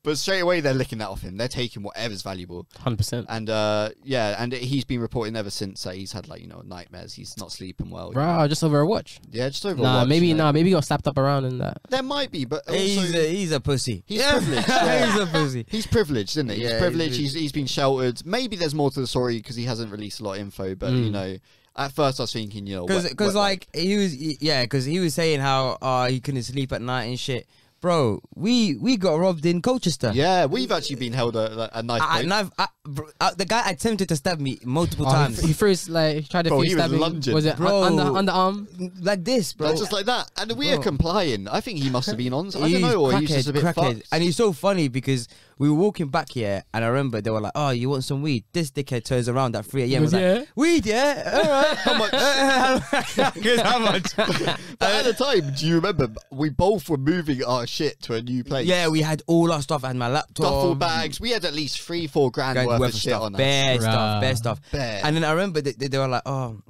Speaker 3: but straight away they're licking that off him. They're taking whatever's valuable.
Speaker 1: Hundred percent.
Speaker 3: And uh, yeah, and he's been reporting ever since that he's had like you know nightmares. He's not sleeping well.
Speaker 1: Bro, just over a watch.
Speaker 3: Yeah, just over.
Speaker 1: Nah,
Speaker 3: watch,
Speaker 1: maybe
Speaker 3: you know.
Speaker 1: nah, maybe he got slapped up around and that.
Speaker 3: There might be, but also,
Speaker 2: He's a, he's a pussy.
Speaker 3: He's privileged, yeah.
Speaker 2: he's a pussy.
Speaker 3: He's privileged, isn't he?
Speaker 2: Yeah,
Speaker 3: he's
Speaker 2: he's
Speaker 3: privileged.
Speaker 2: privileged.
Speaker 3: He's, he's been sheltered. Maybe there's more to the story because he hasn't released a lot of info. But you know, at first I was thinking, you know,
Speaker 2: Because,
Speaker 3: wet-
Speaker 2: Hmm. cause
Speaker 3: wet
Speaker 2: like he was, yeah, because he was saying how uh, he couldn't sleep at night and shit. Bro, we we got robbed in Colchester.
Speaker 3: wipe. yeah, we've actually been held a, a knife.
Speaker 2: I,
Speaker 3: point.
Speaker 2: and I've, I, bro, uh, the guy attempted to stab me multiple
Speaker 1: Oh, he,
Speaker 2: times,
Speaker 1: he threw his like he tried to
Speaker 3: Bro,
Speaker 1: few
Speaker 3: he was
Speaker 1: stabbing.
Speaker 3: lunging.
Speaker 1: Was it
Speaker 2: Bro.
Speaker 1: un- under underarm?
Speaker 2: like this, bro.
Speaker 3: That's just like that, and we are
Speaker 2: Bro.
Speaker 3: complying. I think he must have been on. I
Speaker 2: He's
Speaker 3: don't know, or he's
Speaker 2: crackhead,
Speaker 3: just a bit
Speaker 2: crackhead.
Speaker 3: fucked.
Speaker 2: And he's so funny because we were walking back here, and I remember they were like, "Oh, you want some weed?" This dickhead turns around at three a.m.
Speaker 1: He
Speaker 2: was
Speaker 1: goes,
Speaker 2: like, "Weed, yeah, all right." How much? how much?
Speaker 3: But at the time, do you remember we both were moving our shit to a new place?
Speaker 2: yeah, we had all our stuff. I had my laptop,
Speaker 3: duffel bags. We had at least three, four grand,
Speaker 2: Guys,
Speaker 3: worth,
Speaker 2: worth
Speaker 3: of
Speaker 2: of
Speaker 3: shit
Speaker 2: stuff,
Speaker 3: on us.
Speaker 2: bare
Speaker 1: Bruh.
Speaker 2: stuff, bare stuff.
Speaker 3: Bare.
Speaker 2: And then I remember they, they, they were like, "Oh,"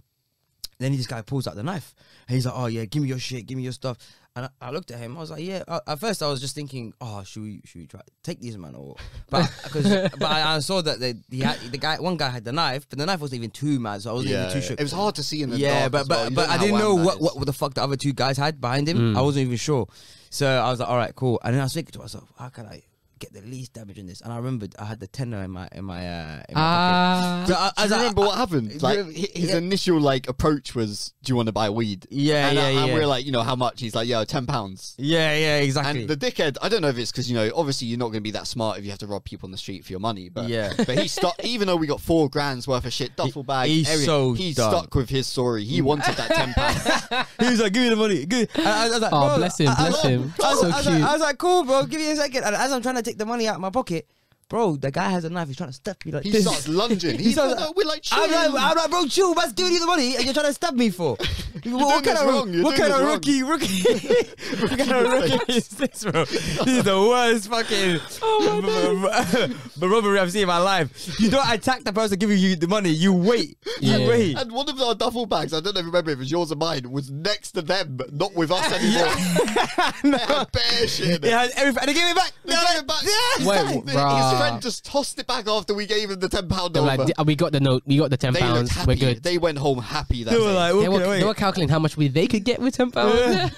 Speaker 2: then this guy pulls out the knife, and he's like, "Oh yeah, give me your shit, give me your stuff." And I, I looked at him. I was like, "Yeah." Uh, At first, I was just thinking, "Oh, should we should we try take these man?" Or but because but I, I saw that the the, had, the guy one guy had the knife, but the knife wasn't even too mad, so I wasn't
Speaker 3: Yeah,
Speaker 2: even too shook.
Speaker 3: it was hard to see in the
Speaker 2: yeah,
Speaker 3: dark
Speaker 2: but
Speaker 3: as well.
Speaker 2: but,
Speaker 3: You
Speaker 2: but
Speaker 3: don't
Speaker 2: I
Speaker 3: how
Speaker 2: didn't know
Speaker 3: wan that Hmm.
Speaker 2: what,
Speaker 3: is.
Speaker 2: what the fuck the other two guys had behind him. I wasn't even sure, so I was like, "All right, cool." And then I was thinking to myself, "How can I?" Get the least damage in this, and I remembered I had the tenner in my in my uh, in my pocket.
Speaker 1: Ah,
Speaker 2: So I,
Speaker 3: Do
Speaker 2: as
Speaker 3: you
Speaker 2: I-
Speaker 3: remember
Speaker 2: I-
Speaker 3: what happened? Like hi- his
Speaker 2: yeah.
Speaker 3: initial like approach was, "Do you want to buy weed?"
Speaker 2: Yeah,
Speaker 3: and, uh,
Speaker 2: yeah,
Speaker 3: and
Speaker 2: yeah.
Speaker 3: we're like, you know, how much? He's like, "Yo, ten pounds."
Speaker 2: yeah, yeah, exactly.
Speaker 3: And the dickhead, I don't know if it's because you know, obviously you're not going to be that smart if you have to rob people on the street for your money, but
Speaker 2: Yeah.
Speaker 3: But he stuck, even though we got four grand's worth of shit, duffel bag,
Speaker 2: he's
Speaker 3: everything,
Speaker 2: so
Speaker 3: he
Speaker 2: dumb.
Speaker 3: stuck with his story. He wanted that ten pounds.
Speaker 2: he was like, "Give me the money." Give. And I, I was like,
Speaker 1: Oh,
Speaker 2: bro,
Speaker 1: bless him,
Speaker 2: I- I-
Speaker 1: bless him.
Speaker 2: I was,
Speaker 1: So
Speaker 2: I was
Speaker 1: cute.
Speaker 2: Like, I was like, "Cool, bro. Give me a second. And as I'm trying to take the money out of my pocket, bro, the guy has a knife. He's trying to stab me like
Speaker 3: He
Speaker 2: this.
Speaker 3: starts lunging. He's
Speaker 2: starts-
Speaker 3: like, "No, we're like,
Speaker 2: I'm like,
Speaker 3: chill."
Speaker 2: I'm like, bro, chill. Man's giving you the money, and you're trying to stab me for. what
Speaker 3: doing
Speaker 2: kind
Speaker 3: this
Speaker 2: of
Speaker 3: wrong, you're
Speaker 2: what
Speaker 3: doing
Speaker 2: kind of
Speaker 3: this
Speaker 2: rookie rookie? what kind of rookie is this, bro? This is the worst fucking but robbery I've seen in my life. You don't attack the person giving you the money. You wait. You
Speaker 1: Yeah.
Speaker 2: wait.
Speaker 3: And one of our duffel bags, I don't know if you remember if it was yours or mine, was next to them, not with us anymore. They had bare shit in it.
Speaker 2: It had everything. And they gave it back.
Speaker 3: They gave it back.
Speaker 2: Yeah.
Speaker 1: Wait,
Speaker 3: His
Speaker 1: bruh.
Speaker 3: friend just tossed it back after we gave him the ten pound
Speaker 1: they were
Speaker 3: over.
Speaker 1: uh, like, "D- we got the note. We got the ten
Speaker 3: they looked
Speaker 1: pounds.
Speaker 3: happy.
Speaker 1: We're good.
Speaker 3: They went home happy. That
Speaker 2: They were
Speaker 3: day.
Speaker 2: like,
Speaker 1: They
Speaker 2: walking
Speaker 1: were,
Speaker 2: away.
Speaker 1: they were calculating how much we they could get with ten pounds.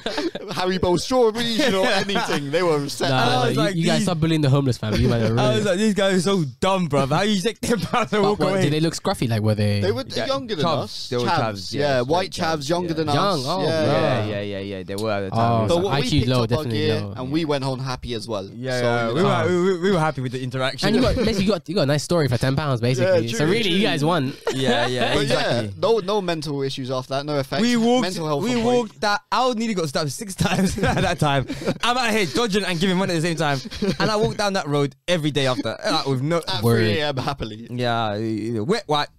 Speaker 3: Harry Bowl strawberries, you know, anything. They were set.
Speaker 1: Nah,
Speaker 2: I
Speaker 1: nah,
Speaker 2: was
Speaker 1: nah,
Speaker 2: like,
Speaker 1: you, you guys
Speaker 2: these-
Speaker 1: stop bullying the homeless family. You might have
Speaker 2: I
Speaker 1: ruined
Speaker 2: was
Speaker 1: it.
Speaker 2: like, these guys are so dumb, bro. How you take ten pounds and
Speaker 1: But
Speaker 2: walk
Speaker 1: what,
Speaker 2: away?
Speaker 1: did they look scruffy? Like were they?
Speaker 3: They were
Speaker 2: Yeah,
Speaker 3: younger than
Speaker 2: chavs.
Speaker 3: us.
Speaker 2: They were chavs, yeah,
Speaker 3: yeah,
Speaker 2: straight
Speaker 3: white
Speaker 2: chavs,
Speaker 3: chavs, younger
Speaker 2: yeah.
Speaker 3: than
Speaker 1: Young,
Speaker 3: us.
Speaker 1: oh,
Speaker 3: yeah,
Speaker 1: bro.
Speaker 3: yeah.
Speaker 2: yeah, yeah, yeah, yeah. They were at the
Speaker 1: Oh,
Speaker 2: time.
Speaker 1: so
Speaker 3: But what, we
Speaker 1: IQ
Speaker 3: picked
Speaker 1: low,
Speaker 3: up our
Speaker 1: definitely
Speaker 3: gear
Speaker 1: low.
Speaker 3: and we went home happy as well.
Speaker 2: yeah,
Speaker 3: So,
Speaker 2: yeah,
Speaker 3: you
Speaker 2: we
Speaker 3: know.
Speaker 1: know.
Speaker 2: were, we, were- we were happy with the interaction.
Speaker 1: and you got basically you got you got a nice story for ten pounds basically.
Speaker 3: Yeah,
Speaker 1: so
Speaker 3: true,
Speaker 1: really, you
Speaker 3: true.
Speaker 1: guys won.
Speaker 2: yeah, yeah,
Speaker 3: But
Speaker 2: exactly.
Speaker 3: yeah, no, no mental issues after that. No effects.
Speaker 2: We walked.
Speaker 3: Mental health.
Speaker 2: we
Speaker 3: avoid.
Speaker 2: walked that. I nearly got stabbed six times at that time. I'm out here dodging and giving money at the same time, and I walked down that road every day after uh, with no.
Speaker 3: at
Speaker 1: Word.
Speaker 3: 3 a.m. happily.
Speaker 2: Yeah, yeah, wet wipe.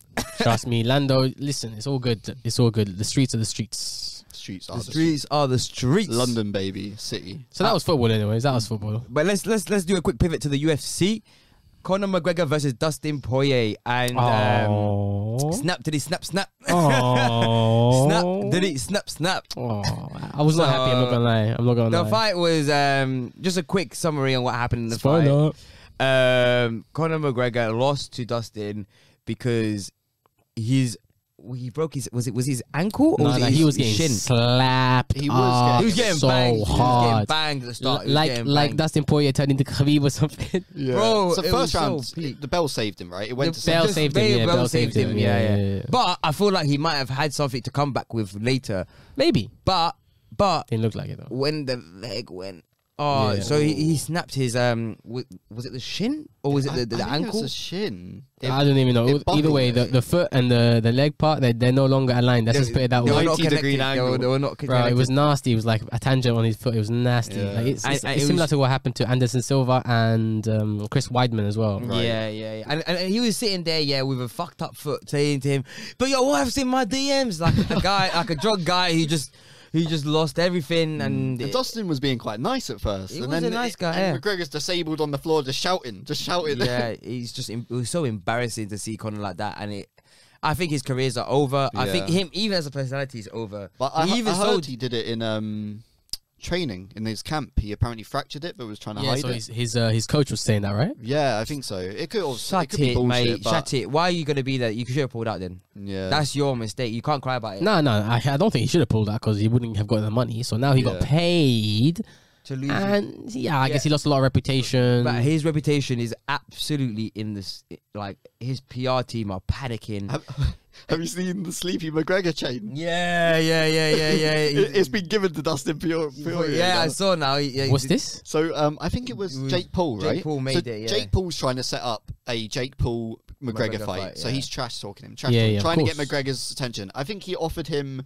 Speaker 1: Trust me, Lando. Listen, it's all good. It's all good. The streets are the streets.
Speaker 3: Streets, are Oh,
Speaker 2: The
Speaker 3: the streets.
Speaker 2: streets are the streets.
Speaker 3: London, baby, city.
Speaker 1: So that was football, anyways. That was football.
Speaker 2: But let's let's let's do a quick pivot to the UFC. Conor McGregor versus Dustin Poirier and um,
Speaker 1: Oh,
Speaker 2: snap did he snap snap
Speaker 1: oh,
Speaker 2: snap did he snap snap.
Speaker 1: I was not happy. I'm not
Speaker 2: So,
Speaker 1: gonna lie. I'm not gonna
Speaker 2: The
Speaker 1: lie.
Speaker 2: fight was um, just a quick summary on what happened in the fight.
Speaker 1: Spoiler.
Speaker 2: Um, Conor McGregor lost to Dustin because his he broke his was it was his ankle or
Speaker 1: No,
Speaker 2: was
Speaker 1: no,
Speaker 2: it his,
Speaker 1: he was
Speaker 2: his
Speaker 1: getting
Speaker 2: shin?
Speaker 1: slapped.
Speaker 3: He was
Speaker 1: up
Speaker 3: getting-
Speaker 2: He was getting
Speaker 1: so
Speaker 2: banged. He was getting
Speaker 1: hard.
Speaker 2: banged at the start. He was
Speaker 1: like
Speaker 2: getting
Speaker 1: like
Speaker 2: banged.
Speaker 1: Dustin Poirier turned into Khabib or something.
Speaker 3: Yeah.
Speaker 2: Bro,
Speaker 3: so
Speaker 2: it
Speaker 3: first
Speaker 2: was
Speaker 3: round,
Speaker 2: so peak.
Speaker 3: the bell saved him, right? It went
Speaker 2: The
Speaker 3: to
Speaker 1: bell
Speaker 3: second-
Speaker 2: Just
Speaker 1: saved him,
Speaker 2: very
Speaker 1: yeah,
Speaker 2: well
Speaker 1: Bell saved him, yeah, yeah, yeah.
Speaker 2: But I feel like he might have had something to come back with later.
Speaker 1: Maybe
Speaker 2: But but
Speaker 1: didn't look like it though.
Speaker 2: when the leg went, oh,
Speaker 1: Yeah.
Speaker 2: so he, he snapped his um, wa- was it the shin or was it
Speaker 3: I-
Speaker 2: the, the,
Speaker 3: I
Speaker 2: the
Speaker 3: think it was
Speaker 2: ankle?
Speaker 3: a shin.
Speaker 1: I don't even know.
Speaker 3: it
Speaker 1: Either
Speaker 3: buckled.
Speaker 1: way, the, the foot and the, the leg part they they're no longer aligned. Let's
Speaker 2: They-
Speaker 1: just put it that
Speaker 2: they were
Speaker 1: way.
Speaker 2: not
Speaker 3: 90 degree
Speaker 2: connected. They were,
Speaker 3: angle.
Speaker 2: they were not
Speaker 1: Bro,
Speaker 2: connected.
Speaker 1: it was nasty. It was like a tangent on his foot. It was nasty.
Speaker 3: Yeah.
Speaker 1: Like it's,
Speaker 2: And-
Speaker 1: it's,
Speaker 2: and
Speaker 1: it's
Speaker 2: it
Speaker 1: similar
Speaker 2: was-
Speaker 1: to what happened to Anderson Silva and um, Chris Weidman as well.
Speaker 3: Right.
Speaker 2: Yeah, yeah, yeah. And, and, and he was sitting there, yeah, with a fucked up foot, saying to him, "But your wife's in my DMs," like a guy, like a drug guy who just, who just lost everything,
Speaker 3: Mm.
Speaker 2: and
Speaker 3: And Dustin was being quite nice at first.
Speaker 2: He
Speaker 3: and
Speaker 2: was
Speaker 3: then
Speaker 2: a nice guy,
Speaker 3: And McGregor's disabled on the floor, just shouting, just shouting.
Speaker 2: yeah, he's just em- it was so embarrassing to see Conor like that, and it. I think his careers are over. I think
Speaker 3: Yeah.
Speaker 2: him, even as a personality, is over.
Speaker 3: but I,
Speaker 2: he
Speaker 3: he
Speaker 2: even
Speaker 3: I heard
Speaker 2: sold.
Speaker 3: he did it in um, training in his camp. He apparently fractured it, but was trying to
Speaker 1: Yeah,
Speaker 3: hide
Speaker 1: so
Speaker 3: it.
Speaker 1: his his, uh, his coach was saying that, right?
Speaker 3: Yeah, I think so. It could, obviously, it
Speaker 2: Shut
Speaker 3: could
Speaker 2: it,
Speaker 3: be bullshit,
Speaker 2: mate.
Speaker 3: but
Speaker 2: Shut it. Why are you gonna be there? You should have pulled out then.
Speaker 3: Yeah,
Speaker 2: That's your mistake. You can't cry about it.
Speaker 1: No, no, I, I don't think he should have pulled that because he wouldn't have gotten the money. So now he got
Speaker 3: Yeah.
Speaker 1: paid,
Speaker 2: To lose,
Speaker 3: Ah,
Speaker 1: and yeah, I
Speaker 2: Yeah.
Speaker 1: guess he lost a lot of reputation.
Speaker 2: but his reputation is absolutely in this. Like his PR team are panicking.
Speaker 3: Have, have you seen the Sleepy McGregor chain?
Speaker 2: yeah, yeah, yeah, yeah, yeah.
Speaker 3: It, has been given to Dustin Fu- Fury.
Speaker 2: yeah, I saw now. Yeah,
Speaker 1: What's this?
Speaker 3: So um, I think it was
Speaker 2: It was
Speaker 3: Jake Paul,
Speaker 2: Jake
Speaker 3: right?
Speaker 2: Paul made
Speaker 3: so
Speaker 2: it, yeah.
Speaker 3: Jake Paul's trying to set up a Jake Paul McGregor,
Speaker 2: McGregor
Speaker 3: fight.
Speaker 2: fight,
Speaker 3: So
Speaker 2: yeah.
Speaker 3: he's trash talking him, trash
Speaker 1: Yeah,
Speaker 3: talking,
Speaker 1: yeah, of
Speaker 3: trying to get
Speaker 1: course.
Speaker 3: McGregor's attention. I think he offered him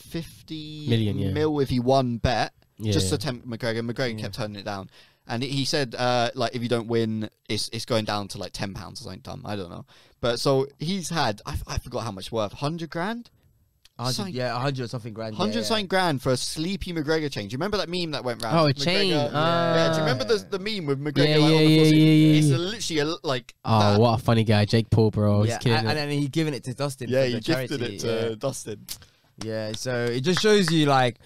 Speaker 3: fifty
Speaker 1: Million, yeah.
Speaker 3: mil if he won bet,
Speaker 1: Yeah,
Speaker 3: just
Speaker 1: yeah.
Speaker 3: to tempt McGregor. McGregor kept turning it down, and he- he said uh, like if you don't win, it's it's going down to like ten pounds or something dumb. I don't know. But so he's had I, I forgot how much worth hundred grand.
Speaker 2: 100, yeah, 100 or something grand. yeah,
Speaker 3: Hundred
Speaker 2: yeah.
Speaker 3: something grand for a sleepy McGregor chain. Do you remember that meme that went round?
Speaker 1: Oh, a
Speaker 3: McGregor-
Speaker 1: chain.
Speaker 3: yeah. Do you
Speaker 1: Ah.
Speaker 3: remember the, the meme with McGregor?
Speaker 1: Yeah,
Speaker 3: like, on
Speaker 1: yeah,
Speaker 3: the
Speaker 1: yeah,
Speaker 3: floor?
Speaker 1: yeah, yeah,
Speaker 3: It's
Speaker 1: yeah.
Speaker 3: a- literally a, l- like.
Speaker 2: Ah,
Speaker 1: Oh,
Speaker 3: that.
Speaker 1: what a funny guy, Jake Paul, bro.
Speaker 2: yeah,
Speaker 1: He's killing
Speaker 2: and,
Speaker 1: it.
Speaker 2: and then he given it to Dustin.
Speaker 3: Yeah,
Speaker 2: for
Speaker 3: you
Speaker 2: the
Speaker 3: gifted
Speaker 2: charity,
Speaker 3: it to Dustin.
Speaker 2: Yeah. yeah, so it just shows you like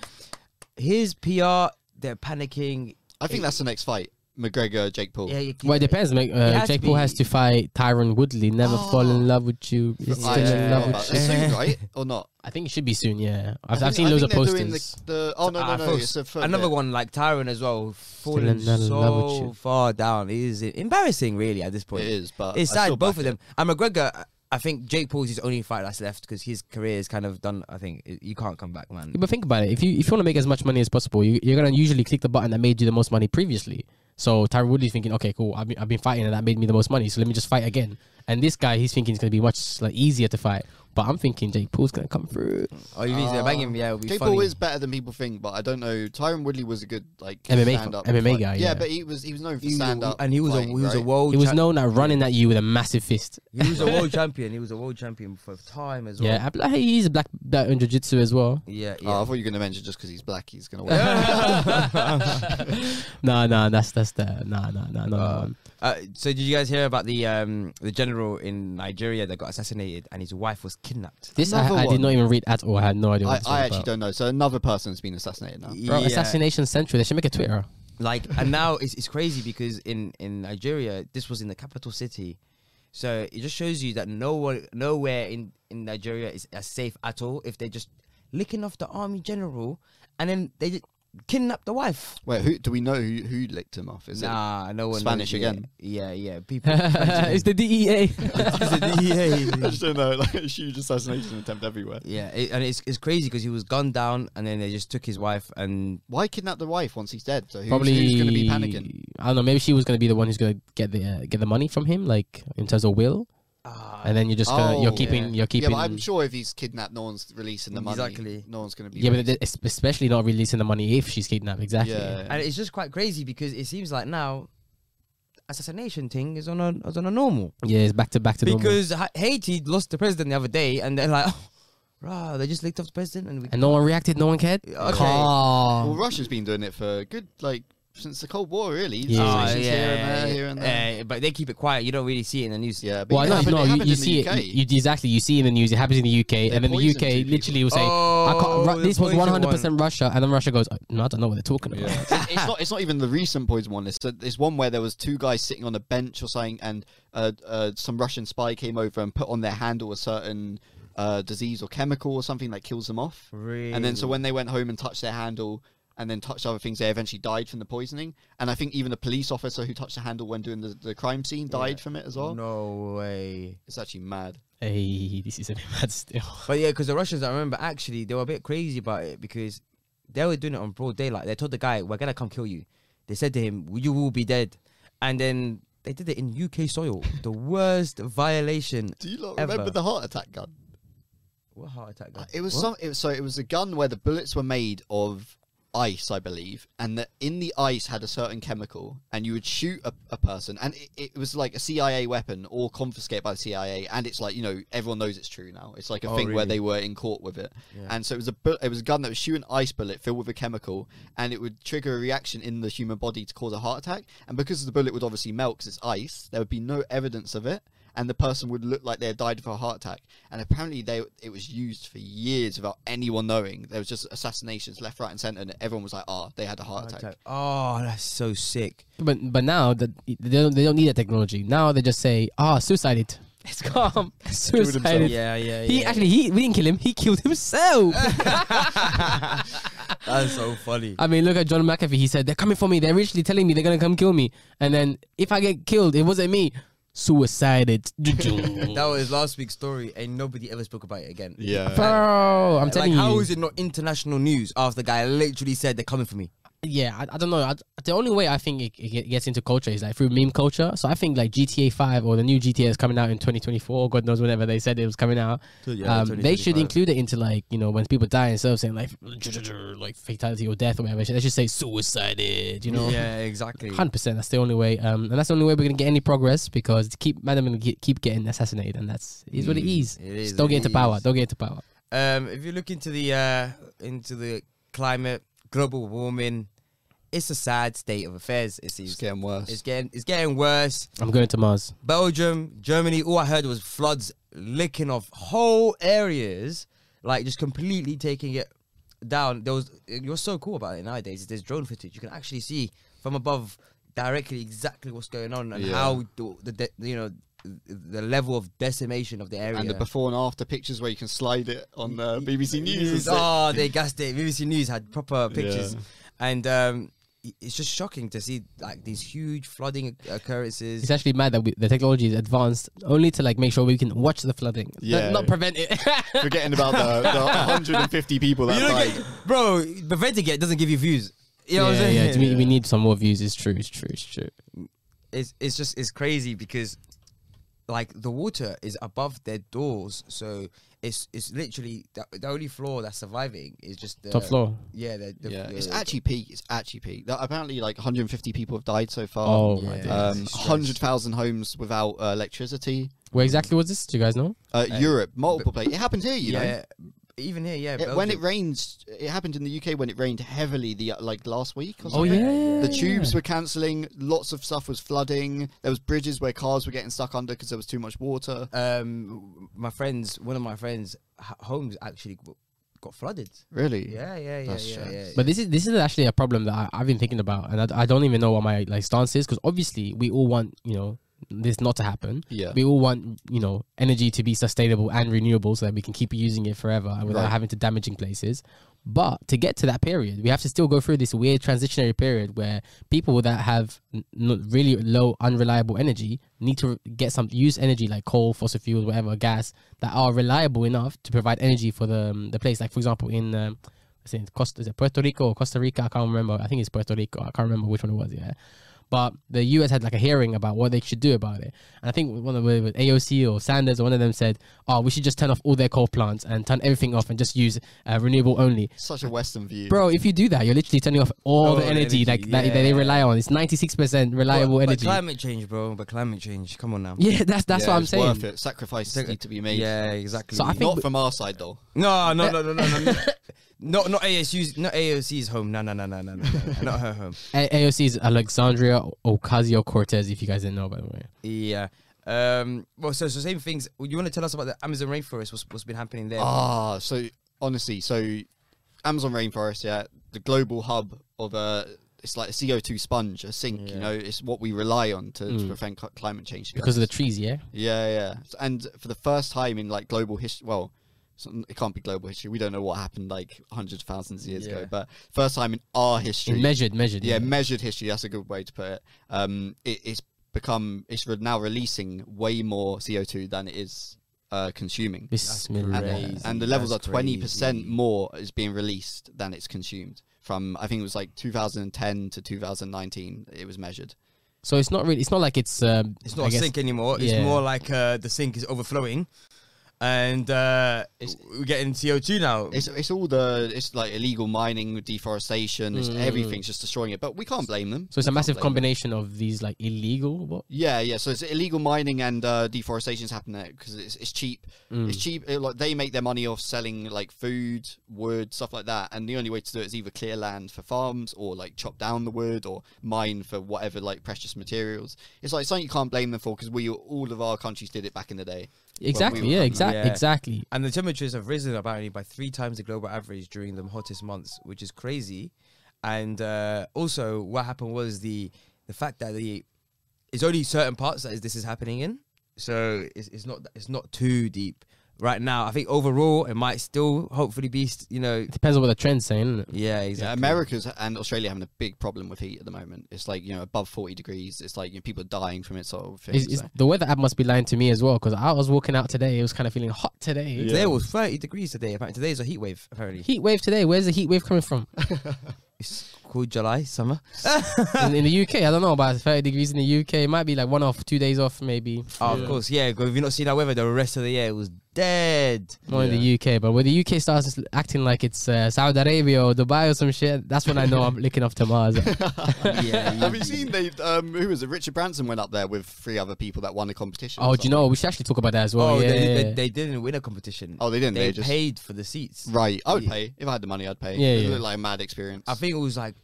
Speaker 2: his PR. They're panicking.
Speaker 3: I think that's the next fight, McGregor Jake Paul.
Speaker 2: Yeah, you,
Speaker 1: Oh. well, it depends. mate. Uh,
Speaker 2: has
Speaker 1: Jake
Speaker 2: to
Speaker 1: Paul
Speaker 2: be-
Speaker 1: has to fight Tyron Woodley. Never fall in love with you.
Speaker 3: I
Speaker 1: He's still
Speaker 3: forgot
Speaker 1: in love
Speaker 3: about
Speaker 1: with
Speaker 3: that.
Speaker 1: you.
Speaker 3: It's soon, right or not?
Speaker 1: I think it should be soon. Yeah, I've,
Speaker 3: I
Speaker 1: I've
Speaker 3: think-
Speaker 1: seen
Speaker 3: I
Speaker 1: loads of
Speaker 3: think they're doing
Speaker 1: posters.
Speaker 3: The, the, oh no, no,
Speaker 2: Ah,
Speaker 3: no!
Speaker 2: folks,
Speaker 3: It's a third
Speaker 2: Another
Speaker 3: bit.
Speaker 2: one like Tyron as well, falling
Speaker 1: in love with
Speaker 2: so
Speaker 1: you.
Speaker 2: far down. It is embarrassing, really, at this point.
Speaker 3: It is, but
Speaker 2: It's
Speaker 3: I
Speaker 2: sad,
Speaker 3: still
Speaker 2: both
Speaker 3: back
Speaker 2: of them. And McGregor, I- I think Jake Paul's his only fight that's left because his career is kind of done. I think I- you can't come back, man.
Speaker 1: Yeah, But think about it. If you if you want to make as much money as possible, you, you're gonna usually click the button that made you the most money previously. So Tyron Woodley's thinking, okay, cool. I've been, I've been fighting and that made me the most money. So let me just fight again. And this guy, he's thinking it's gonna be much like easier to fight. But I'm thinking Jake Paul's gonna come through.
Speaker 2: Oh, you uh,
Speaker 3: Ah.
Speaker 2: bang him, yeah, it'll be
Speaker 3: Jake
Speaker 2: funny.
Speaker 3: Paul is better than people think, but I don't know. Tyron Woodley was a good like
Speaker 1: MMA
Speaker 3: stand-up
Speaker 1: MMA
Speaker 3: fight.
Speaker 1: guy, yeah.
Speaker 3: but he was he was known for
Speaker 2: He was a-
Speaker 3: stand up,
Speaker 2: and he was a he was a world.
Speaker 1: He was
Speaker 2: cha-
Speaker 1: known at running at you with a massive fist.
Speaker 2: He was a world champion. He was a world champion for time as well.
Speaker 1: Yeah, I, like, he's a black belt in jiu-jitsu as well.
Speaker 2: yeah, yeah.
Speaker 3: Oh, I thought you were going to mention just because he's black, he's going to win.
Speaker 1: No, no, that's that's the no, no, no, no.
Speaker 2: Uh, uh, so did you guys hear about the um, the general in Nigeria that got assassinated and his wife was kidnapped?
Speaker 1: this I,
Speaker 3: another
Speaker 1: I did
Speaker 3: one.
Speaker 1: not even read at all. I had no idea. What
Speaker 3: I,
Speaker 1: this was
Speaker 3: I actually
Speaker 1: about.
Speaker 3: don't know. So another person has been assassinated now.
Speaker 1: Bro,
Speaker 2: Yeah.
Speaker 1: assassination central. They should make a Twitter.
Speaker 2: Like, and now it's, it's crazy because in in Nigeria, this was in the capital city, so it just shows you that no one, nowhere in in Nigeria is as safe at all if they're just licking off the army general and then they just kidnap the wife.
Speaker 3: Wait, who do we know who, who licked him off? Is
Speaker 2: nah, no one.
Speaker 3: Spanish
Speaker 2: knows,
Speaker 3: again?
Speaker 2: Yeah, yeah. yeah, People.
Speaker 1: it's the E DEA.
Speaker 3: it? I just don't know. Like a huge assassination attempt everywhere.
Speaker 2: yeah, it, and it's it's crazy because he was gunned down and then they just took his wife and
Speaker 3: Why kidnap the wife once he's dead? So who's,
Speaker 1: Probably
Speaker 3: who's going to be panicking?
Speaker 1: I don't know. Maybe she was gonna be the one who's gonna get the uh, get the money from him, like in terms of will. and then you're just gonna, you're
Speaker 3: Oh,
Speaker 1: keeping
Speaker 2: yeah.
Speaker 1: you're keeping.
Speaker 3: Yeah, but I'm sure if he's kidnapped, no one's releasing the money.
Speaker 2: Exactly.
Speaker 3: No one's going to be.
Speaker 1: Yeah, but they- es- especially not releasing the money if she's kidnapped. Exactly.
Speaker 3: Yeah.
Speaker 2: and it's just quite crazy because it seems like now assassination thing is on a is on a normal
Speaker 1: Yeah, it's back to back to normal.
Speaker 2: because Ha- Haiti lost the president the other day and they're like, oh, rah, they just licked off the president and we.
Speaker 1: and no one reacted. No one cared.
Speaker 2: Okay.
Speaker 1: Calm.
Speaker 3: well, Russia's been doing it for a good like since the Cold War, really.
Speaker 1: Yeah.
Speaker 2: Oh,
Speaker 3: Assassinations here and there, here and there.
Speaker 2: yeah, but they keep it quiet. You don't really see it in the news.
Speaker 3: Yeah, but
Speaker 1: Well,
Speaker 3: it
Speaker 1: no,
Speaker 3: happened-
Speaker 1: no,
Speaker 3: it
Speaker 1: you,
Speaker 3: happened
Speaker 1: you
Speaker 3: in the
Speaker 1: see
Speaker 3: UK.
Speaker 1: it. You, you- exactly, you see in the news. It happens in the UK, and then the
Speaker 3: poison
Speaker 1: UK
Speaker 3: two
Speaker 1: literally will say, I
Speaker 2: Oh,
Speaker 1: can't, Ru- "This
Speaker 2: the
Speaker 1: was
Speaker 2: poison
Speaker 1: one hundred percent Russia," and then Russia goes, "No, I don't know what they're talking about."
Speaker 3: it's it's not. It's not even the recent poison one. It's, it's one where there was two guys sitting on a bench or something, and uh, uh, some Russian spy came over and put on their handle a certain uh, disease or chemical or something that kills them off. And then so when they went home and touched their handle and then touched other things, they eventually died from the poisoning. And I think even a police officer who touched the handle when doing the, the crime scene died from it as well.
Speaker 2: No way.
Speaker 3: It's actually mad.
Speaker 1: Hey, this is a bit mad still.
Speaker 2: But yeah, because the Russians, I remember actually, they were a bit crazy about it because they were doing it on broad daylight. They told the guy, "We're gonna come kill you." They said to him, "You will be dead," and then they did it in UK soil. the worst violation.
Speaker 3: Do you lot
Speaker 2: Ever.
Speaker 3: remember the heart attack gun?
Speaker 2: What heart attack? Guy?
Speaker 3: It was
Speaker 2: What?
Speaker 3: some. It was, so it was a gun where the bullets were made of ice, I believe, and that in the ice had a certain chemical, and you would shoot a, a person, and it, it was like a CIA weapon or confiscate by the CIA, and it's like you know everyone knows it's true now. It's like a
Speaker 2: Oh,
Speaker 3: thing where
Speaker 2: really?
Speaker 3: they were in court with it,
Speaker 2: Yeah.
Speaker 3: and so it was a bu- it was a gun that was shoot an ice bullet filled with a chemical, and it would trigger a reaction in the human body to cause a heart attack, and because the bullet would obviously melt because it's ice, there would be no evidence of it. and the person would look like they had died of a heart attack. And apparently, they it was used for years without anyone knowing. There was just assassinations left, right, and center, and everyone was like, "Ah, they had a heart attack."
Speaker 2: Oh, that's so sick.
Speaker 1: But but now that they don't, they don't need that technology. Now they just say, ah, suicide it. It's calm. Suicide it.
Speaker 2: Yeah, yeah, yeah.
Speaker 1: He actually he we didn't kill him. He killed himself.
Speaker 2: that's so funny.
Speaker 1: I mean, look at John McAfee. He said they're coming for me. They're literally telling me they're gonna come kill me. And then if I get killed, it wasn't me. Suicided.
Speaker 2: That was last week's story, and nobody ever spoke about it again.
Speaker 3: Yeah,
Speaker 1: Bro, I'm
Speaker 2: Like,
Speaker 1: telling you.
Speaker 2: how is it not international news after the guy literally said they're coming for me?
Speaker 1: yeah, I, I don't know. I, the only way I think it, it get- gets into culture is like through meme culture. So I think like GTA Five or the new GTA is coming out in 2024. God knows whenever they said it was coming out. um, they should include it into like you know when people die instead of saying like like fatality or death or whatever. They should say suicided. You know.
Speaker 2: Yeah, exactly.
Speaker 1: Hundred percent. That's the only way, um, and that's the only way we're gonna get any progress because to keep madam and ge- keep getting assassinated, and that's is what it is.
Speaker 2: Mm, It is
Speaker 1: Just don't
Speaker 2: what
Speaker 1: get
Speaker 2: it
Speaker 1: into power.
Speaker 2: is.
Speaker 1: Don't get into power.
Speaker 2: Um, if you look into the uh, into the climate, global warming, it's a sad state of affairs. It
Speaker 3: it's
Speaker 2: seems
Speaker 3: getting
Speaker 2: it's
Speaker 3: worse.
Speaker 2: getting it's getting worse.
Speaker 1: I'm going to Mars.
Speaker 2: Belgium, Germany. All I heard was floods licking off whole areas, like just completely taking it down. There was you're so cool about it nowadays. is There's drone footage. You can actually see from above directly exactly what's going on and
Speaker 3: Yeah.
Speaker 2: how the, the de- you know the level of decimation of the area.
Speaker 3: And the before and after pictures where you can slide it on uh, BBC News. and
Speaker 2: News.
Speaker 3: stuff.
Speaker 2: Oh, they gassed it. BBC News had proper pictures, and um, i- it's just shocking to see like these huge flooding occurrences.
Speaker 1: It's actually mad that we, the technology is advanced only to like make sure we can watch the flooding,
Speaker 3: Yeah.
Speaker 1: not, not prevent it.
Speaker 3: Forgetting about the, the 150 people that
Speaker 2: You don't
Speaker 3: died.
Speaker 2: get, bro, preventing it doesn't give you views. You know what I'm
Speaker 1: yeah,
Speaker 2: saying?
Speaker 1: yeah, we- we need some more views. It's true. It's true. It's true.
Speaker 2: it's it's just it's crazy because like the water is above their doors, so it's it's literally the, the only floor that's surviving is just the
Speaker 1: Top floor.
Speaker 2: Yeah, the, the,
Speaker 3: yeah,
Speaker 2: the-
Speaker 3: it's actually peak. It's actually peak. That- apparently, like 150 people have died so far.
Speaker 1: Oh my
Speaker 2: yeah.
Speaker 3: um,
Speaker 1: god.
Speaker 2: Jesus Christ.
Speaker 3: 100,000 homes without uh, electricity.
Speaker 1: Where exactly was this? Do you guys know?
Speaker 3: Uh, Europe, multiple places. It happened here, you know.
Speaker 2: yeah, even here, yeah.
Speaker 3: It- when it
Speaker 2: Belgium.
Speaker 3: rains, it happened in the UK when it rained heavily the uh, like last week. Or
Speaker 1: Oh
Speaker 3: something.
Speaker 1: yeah.
Speaker 3: The tubes were cancelling. Lots of stuff was flooding. There was bridges where cars were getting stuck under because there was too much water.
Speaker 2: um, my friends, one of my friends' h- homes actually w- got flooded.
Speaker 3: Really?
Speaker 2: Yeah, yeah, yeah,
Speaker 3: That's
Speaker 2: yeah,
Speaker 3: shit.
Speaker 2: yeah.
Speaker 1: But this is this is actually a problem that I, I've been thinking about, and I, I don't even know what my like stance is because obviously we all want you know this not to happen.
Speaker 3: Yeah.
Speaker 1: We all want you know energy to be sustainable and renewable so that we can keep using it forever and without
Speaker 3: Right.
Speaker 1: having to damaging places. But to get to that period, we have to still go through this weird transitionary period where people that have n- n- really low, unreliable energy need to get some use energy like coal, fossil fuels, whatever, gas that are reliable enough to provide energy for the um, the place. Like for example, in um, I think it's Costa, is it Puerto Rico or Costa Rica? I can't remember. I think it's Puerto Rico. I can't remember which one it was. Yeah, but the US had like a hearing about what they should do about it, and I think one of the AOC or Sanders or one of them said, "Oh, we should just turn off all their coal plants and turn everything off and just use uh, renewable only."
Speaker 3: Such a Western view.
Speaker 1: Bro, if you do that, you're literally turning off all
Speaker 2: All
Speaker 1: the
Speaker 2: the
Speaker 1: energy,
Speaker 2: energy,
Speaker 1: like that, that they
Speaker 2: yeah.
Speaker 1: rely on. It's 96%
Speaker 2: But-
Speaker 1: reliable
Speaker 2: but
Speaker 1: energy.
Speaker 2: climate change, bro. But climate change. Come on now.
Speaker 1: yeah, that's that's
Speaker 3: Yeah,
Speaker 1: what I'm
Speaker 3: it's
Speaker 1: saying.
Speaker 3: Worth it. Sacrifices
Speaker 2: Take-
Speaker 3: need to be made.
Speaker 2: Yeah, exactly.
Speaker 1: So I think-
Speaker 3: Not from our side though.
Speaker 2: no, no, no, no, no, no. not not ASU's, not AOC's home. No, no, no, no, no, no, no. not her home.
Speaker 1: A- AOC is Alexandria Ocasio Cortez, if you guys didn't know, by the way.
Speaker 2: Yeah. Um. Well, so so same things. You want to tell us about the Amazon rainforest? What's what's been happening there?
Speaker 1: Oh,
Speaker 3: Ah, so honestly, so Amazon rainforest, yeah, the global hub of uh it's like a CO2 sponge, a sink, you know, it's what we rely on to, to prevent cl- climate change. to be
Speaker 1: Mm. Because of the
Speaker 3: honest.
Speaker 1: trees, yeah?
Speaker 3: yeah, yeah. S- And for the first time in like global history, well, it's n- it can't be global history. We don't know what happened like hundreds of thousands of years
Speaker 2: Yeah.
Speaker 3: ago, but first time in our history.
Speaker 1: In measured, measured.
Speaker 3: yeah, measured history. That's a good way to put it. Um, it it's become, it's re- now releasing way more CO2 than it is uh, consuming.
Speaker 1: Bismillah.
Speaker 3: And,
Speaker 2: Crazy,
Speaker 3: and the levels are
Speaker 2: that's
Speaker 3: twenty percent
Speaker 2: crazy.
Speaker 3: more is being released than it's consumed. From I think it was like 2010 to 2019, it was measured.
Speaker 1: So it's not really, it's not like it's. Um,
Speaker 2: It's
Speaker 1: I
Speaker 2: not a
Speaker 1: guess-
Speaker 2: sink anymore.
Speaker 1: yeah.
Speaker 2: It's more like uh, the sink is overflowing. and uh, we're getting CO2 now.
Speaker 3: It's, it's all the it's like illegal mining, deforestation, it's everything's just destroying it. But we can't blame them.
Speaker 1: Mm. So it's a
Speaker 3: We can't
Speaker 1: massive
Speaker 3: blame them.
Speaker 1: combination of these like illegal. What?
Speaker 3: Yeah, yeah. So it's illegal mining and uh, deforestation is happening there because it's, it's cheap.
Speaker 1: Mm.
Speaker 3: It's cheap. It, like they make their money off selling like food, wood, stuff like that. And the only way to do it is either clear land for farms or like chop down the wood or mine for whatever like precious materials. It's like something you can't blame them for because we all of our countries did it back in the day.
Speaker 1: Exactly.
Speaker 3: were
Speaker 1: yeah.
Speaker 3: fucking-
Speaker 1: Exactly.
Speaker 2: Yeah.
Speaker 1: Exactly.
Speaker 2: And the temperatures have risen apparently by three times the global average during the hottest months, which is crazy. And uh, also, what happened was the the fact that the it's only certain parts that is, this is happening in, so it's, it's not it's not too deep right now. I think overall it might still hopefully be st- you know
Speaker 1: It depends on what the trend's saying. Isn't it?
Speaker 2: yeah exactly
Speaker 3: Yeah, America's and Australia having a big problem with heat at the moment. It's like you know above forty degrees. It's like you know, people are dying from it sort of thing.
Speaker 1: Is, is
Speaker 3: so.
Speaker 1: the weather app must be lying to me as well because I was walking out today. It was kind of feeling hot today.
Speaker 2: Today was 30 degrees today. Apparently, today is a heat wave. Apparently,
Speaker 1: Heat wave today. Where's the heat wave coming from?
Speaker 2: it's called July summer.
Speaker 1: in, in the UK, I don't know about 30 degrees in the UK. It might be like one off, two days off, maybe.
Speaker 2: Oh, of course, yeah. 'cause If you not seen that weather, the rest of the year it was dead.
Speaker 1: Not in the UK, but when the UK starts acting like it's uh, Saudi Arabia or Dubai or some shit, that's when I know I'm licking off to Mars.
Speaker 2: yeah,
Speaker 3: Have you seen they? Um, who was it? Richard Branson went up there with three other people that won the competition.
Speaker 1: oh,
Speaker 3: or
Speaker 1: do you
Speaker 3: something.
Speaker 1: know? We should actually talk about that as well.
Speaker 2: oh,
Speaker 1: yeah,
Speaker 2: they,
Speaker 1: yeah,
Speaker 2: they,
Speaker 1: yeah.
Speaker 2: they didn't win a competition.
Speaker 3: Oh, they didn't. They,
Speaker 2: they
Speaker 3: just
Speaker 2: paid for the seats.
Speaker 3: right. I would
Speaker 2: Yeah.
Speaker 3: pay if I had the money. I'd pay.
Speaker 1: Yeah,
Speaker 3: it
Speaker 1: yeah.
Speaker 3: looked like a mad experience.
Speaker 2: I think it was like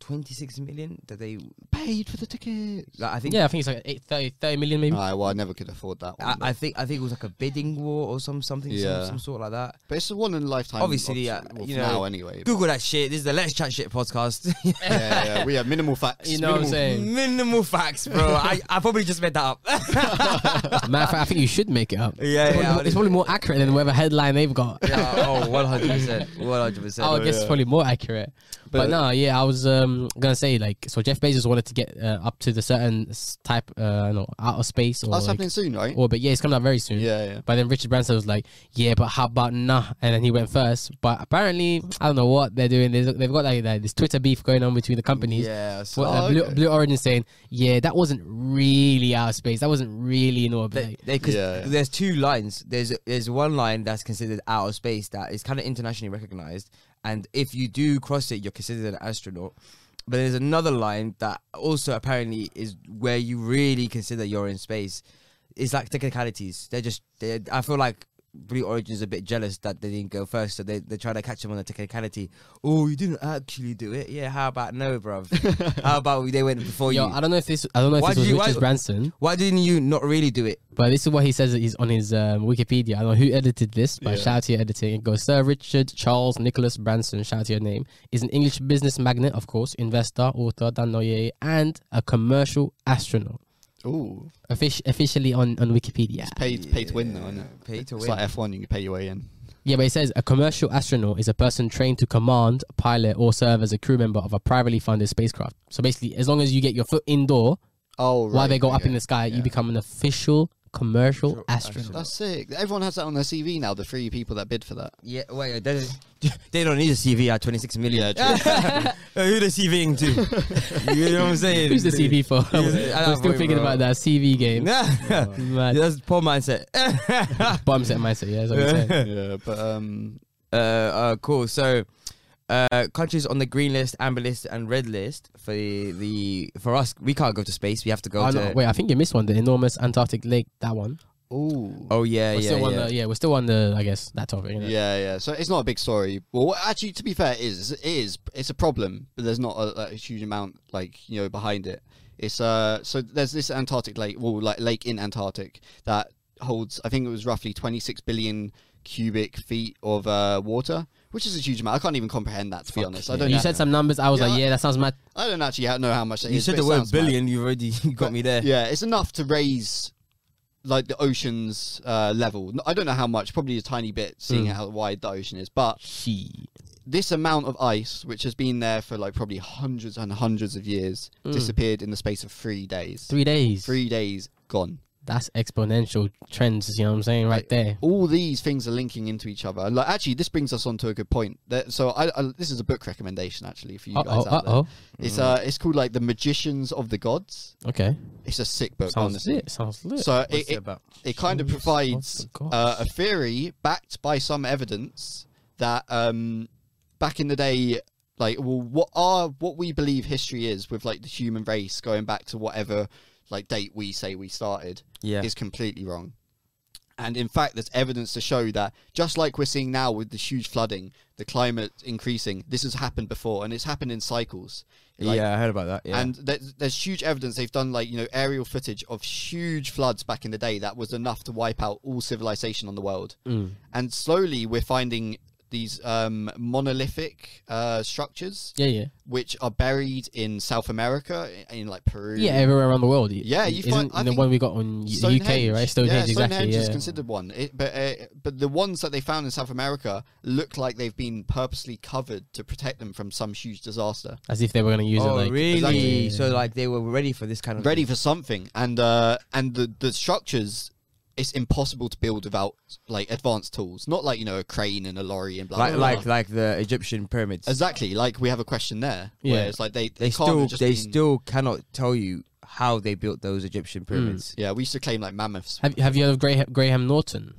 Speaker 2: twenty six million that they.
Speaker 3: paid for the ticket.
Speaker 2: Like, I think.
Speaker 1: Yeah, I think it's like eight, 30, 30 million maybe.
Speaker 3: well, I never could afford that
Speaker 2: I,
Speaker 3: one.
Speaker 2: I think I think it was like a bidding war or some something
Speaker 3: Yeah.
Speaker 2: some, some sort like that.
Speaker 3: but it's a one in a lifetime.
Speaker 2: Obviously,
Speaker 3: option-
Speaker 2: uh,
Speaker 3: well,
Speaker 2: you
Speaker 3: for
Speaker 2: know,
Speaker 3: now anyway. but-
Speaker 2: Google that shit. This is the Let's Chat Shit podcast.
Speaker 3: yeah, yeah, yeah, we have minimal facts.
Speaker 1: You know what I'm
Speaker 3: minimal-
Speaker 1: saying?
Speaker 2: Minimal facts, bro. I, I probably just made that up.
Speaker 1: Matter of fact, I think you should make it up.
Speaker 2: Yeah,
Speaker 1: It's
Speaker 2: yeah,
Speaker 1: probably-
Speaker 2: I'll
Speaker 1: it's
Speaker 2: just-
Speaker 1: probably more accurate than whatever headline they've got.
Speaker 2: yeah, oh, one hundred percent, one hundred percent.
Speaker 1: I would guess it's probably more accurate. But, no, yeah, I was um, gonna say like so. Jeff Bezos wanted to get uh, up to the certain s- type, uh, no, outer space or
Speaker 3: That's
Speaker 1: like,
Speaker 3: happening soon, right?
Speaker 1: or but yeah, it's coming out very soon.
Speaker 3: Yeah, yeah.
Speaker 1: But then Richard Branson was like, "Yeah, but how about nah?" And then he went first. But apparently, I don't know what they're doing. There's, they've got like that, this Twitter beef going on between the companies.
Speaker 2: Yeah, so
Speaker 1: What,
Speaker 3: Oh,
Speaker 1: like, uh, Blue,
Speaker 3: okay.
Speaker 1: Blue Origin saying, "Yeah, that wasn't really outer space. That wasn't really in orbit."
Speaker 2: They,
Speaker 1: Like,
Speaker 2: they, 'cause
Speaker 3: Yeah, yeah.
Speaker 2: There's two lines. There's there's one line that's considered outer space that is kind of internationally recognized, and if you do cross it, you're considered an astronaut. But there's another line that also apparently is where you really consider you're in space. It's like technicalities. They're just. They're, I feel like Blue Origin's a bit jealous that they didn't go first, so they they're trying to catch him on the technicality. Oh, you didn't actually do it. Yeah, how about no, bruv? how about they went before
Speaker 1: yo,
Speaker 2: you?
Speaker 1: I don't know if this, I don't know if
Speaker 2: Why
Speaker 1: this was
Speaker 2: do you- why-
Speaker 1: Richard Branson.
Speaker 2: Why didn't you not really do it?
Speaker 1: But this is what he says that he's on his um, Wikipedia. I don't know who edited this, but shout out to your editing. It goes Sir Richard Charles Nicholas Branson, shout out to your name, is an English business magnate, of course, investor, author, Dan Noyer, and a commercial astronaut.
Speaker 3: Ooh,
Speaker 1: Offic- officially on, on Wikipedia.
Speaker 3: paid, paid to win though, isn't it?
Speaker 2: Pay to
Speaker 3: It's
Speaker 2: win.
Speaker 3: like F one. You can pay your way in.
Speaker 1: Yeah, but it says a commercial astronaut is a person trained to command, pilot, or serve as a crew member of a privately funded spacecraft. So basically, as long as you get your foot indoor
Speaker 3: Oh, right,
Speaker 1: while they go up in
Speaker 3: okay.
Speaker 1: the sky, you
Speaker 3: Yeah.
Speaker 1: become an official commercial astronaut.
Speaker 3: That's sick. Everyone has that on their CV now. The three people that bid for that.
Speaker 2: Yeah, wait, they don't, they don't need a CV at 26 million. Uh, Who the CVing to? you know what I'm saying?
Speaker 1: Who's the CV for?
Speaker 2: I
Speaker 1: I'm
Speaker 2: know,
Speaker 1: still
Speaker 2: bro.
Speaker 1: thinking about that CV game.
Speaker 2: Nah.
Speaker 1: Mad.
Speaker 2: That's poor mindset.
Speaker 1: Bomb set mindset, yeah. That's what I'm saying.
Speaker 3: yeah, but um,
Speaker 2: uh, uh, cool. So, uh, countries on the green list, amber list, and red list for the, the for us, we can't go to space. We have to go
Speaker 1: Oh,
Speaker 2: to.
Speaker 1: no, wait, I think you missed one. The enormous Antarctic lake. That one.
Speaker 3: ooh.
Speaker 2: Oh yeah,
Speaker 1: We're
Speaker 2: yeah,
Speaker 1: still on
Speaker 2: yeah.
Speaker 1: the. Yeah, we're still on the. I guess that topic. You know?
Speaker 3: Yeah, yeah. So it's not a big story. Well, what- actually, to be fair, it is it is it's a problem, but there's not a, a huge amount like you know behind it. It's uh, so there's this Antarctic lake, well, like lake in Antarctic that holds, I think it was roughly 26 billion cubic feet of uh, water, which is a huge amount. I can't even comprehend that to be honest. I don't.
Speaker 1: You
Speaker 3: know-
Speaker 1: said some numbers. I was
Speaker 3: Yeah.
Speaker 1: like, yeah, that sounds mad.
Speaker 3: I don't actually ha- know how much that
Speaker 2: You
Speaker 3: is,
Speaker 2: said
Speaker 3: but
Speaker 2: the
Speaker 3: it
Speaker 2: word
Speaker 3: sounds mad.
Speaker 2: billion. You already got me there.
Speaker 3: Yeah, it's enough to raise uh, like the ocean's uh, level. N- I don't know how much, probably a tiny bit,
Speaker 2: Hmm.
Speaker 3: seeing how wide the ocean is. But
Speaker 1: She.
Speaker 3: this amount of ice, which has been there for like probably hundreds and hundreds of years, disappeared in the space of three days.
Speaker 1: Three days.
Speaker 3: Three days gone.
Speaker 1: That's exponential trends. You know what I'm saying, right
Speaker 3: Like,
Speaker 1: there.
Speaker 3: All these things are linking into each other. Like, actually, this brings us on to a good point. That, so, I, I, this is a book recommendation actually for you
Speaker 1: Uh
Speaker 3: guys
Speaker 1: oh, uh
Speaker 3: out there.
Speaker 1: oh.
Speaker 3: It's uh, it's called like the Magicians of the Gods.
Speaker 1: Okay,
Speaker 3: It's a sick book,
Speaker 1: sounds
Speaker 3: honestly.
Speaker 1: lit. Sounds lit.
Speaker 3: So it,
Speaker 2: What's it
Speaker 3: it,
Speaker 2: about?
Speaker 3: it kind of
Speaker 1: Jeez,
Speaker 3: provides
Speaker 1: what the
Speaker 3: uh,
Speaker 1: gods?
Speaker 3: a theory backed by some evidence that um, back in the day, like well, what are what we believe history is with like the human race going back to whatever like date we say we started
Speaker 2: Yeah.
Speaker 3: is completely wrong. And in fact, there's evidence to show that just like we're seeing now with the huge flooding, the climate increasing, this has happened before, and it's happened in cycles. Like,
Speaker 2: yeah, I heard about that. Yeah.
Speaker 3: and there's, there's huge evidence they've done like you know aerial footage of huge floods back in the day that was enough to wipe out all civilization on the world.
Speaker 1: Mm.
Speaker 3: And slowly we're finding these um, monolithic uh, structures
Speaker 1: yeah, yeah,
Speaker 3: which are buried in South America, in, in, like Peru.
Speaker 1: yeah. Everywhere around the world.
Speaker 3: Yeah, you
Speaker 1: Isn't
Speaker 3: find- I
Speaker 1: the
Speaker 3: think
Speaker 1: one we got on U- the UK, right? Stonehenge,
Speaker 3: yeah,
Speaker 1: exactly.
Speaker 3: Stonehenge
Speaker 1: Yeah.
Speaker 3: is considered one, It- but uh, but the ones that they found in South America look like they've been purposely covered to protect them from some huge disaster.
Speaker 1: As if they were gonna use it.
Speaker 2: oh,
Speaker 1: Like,
Speaker 2: really?
Speaker 3: Exactly.
Speaker 2: So like they were ready for this kind of
Speaker 3: ready for something and uh and the the structures it's impossible to build without like advanced tools not like you know a crane and a lorry and blah blah
Speaker 2: like
Speaker 3: blah,
Speaker 2: like like the Egyptian pyramids.
Speaker 3: exactly like we have a question there
Speaker 1: Yeah.
Speaker 3: where it's like they
Speaker 2: they
Speaker 3: it can't have
Speaker 2: still
Speaker 3: just
Speaker 2: they
Speaker 3: been-
Speaker 2: still cannot tell you how they built those Egyptian
Speaker 1: Hmm.
Speaker 2: pyramids.
Speaker 3: yeah we used to claim like mammoths
Speaker 1: Have Have you heard of Graham, Graham Norton?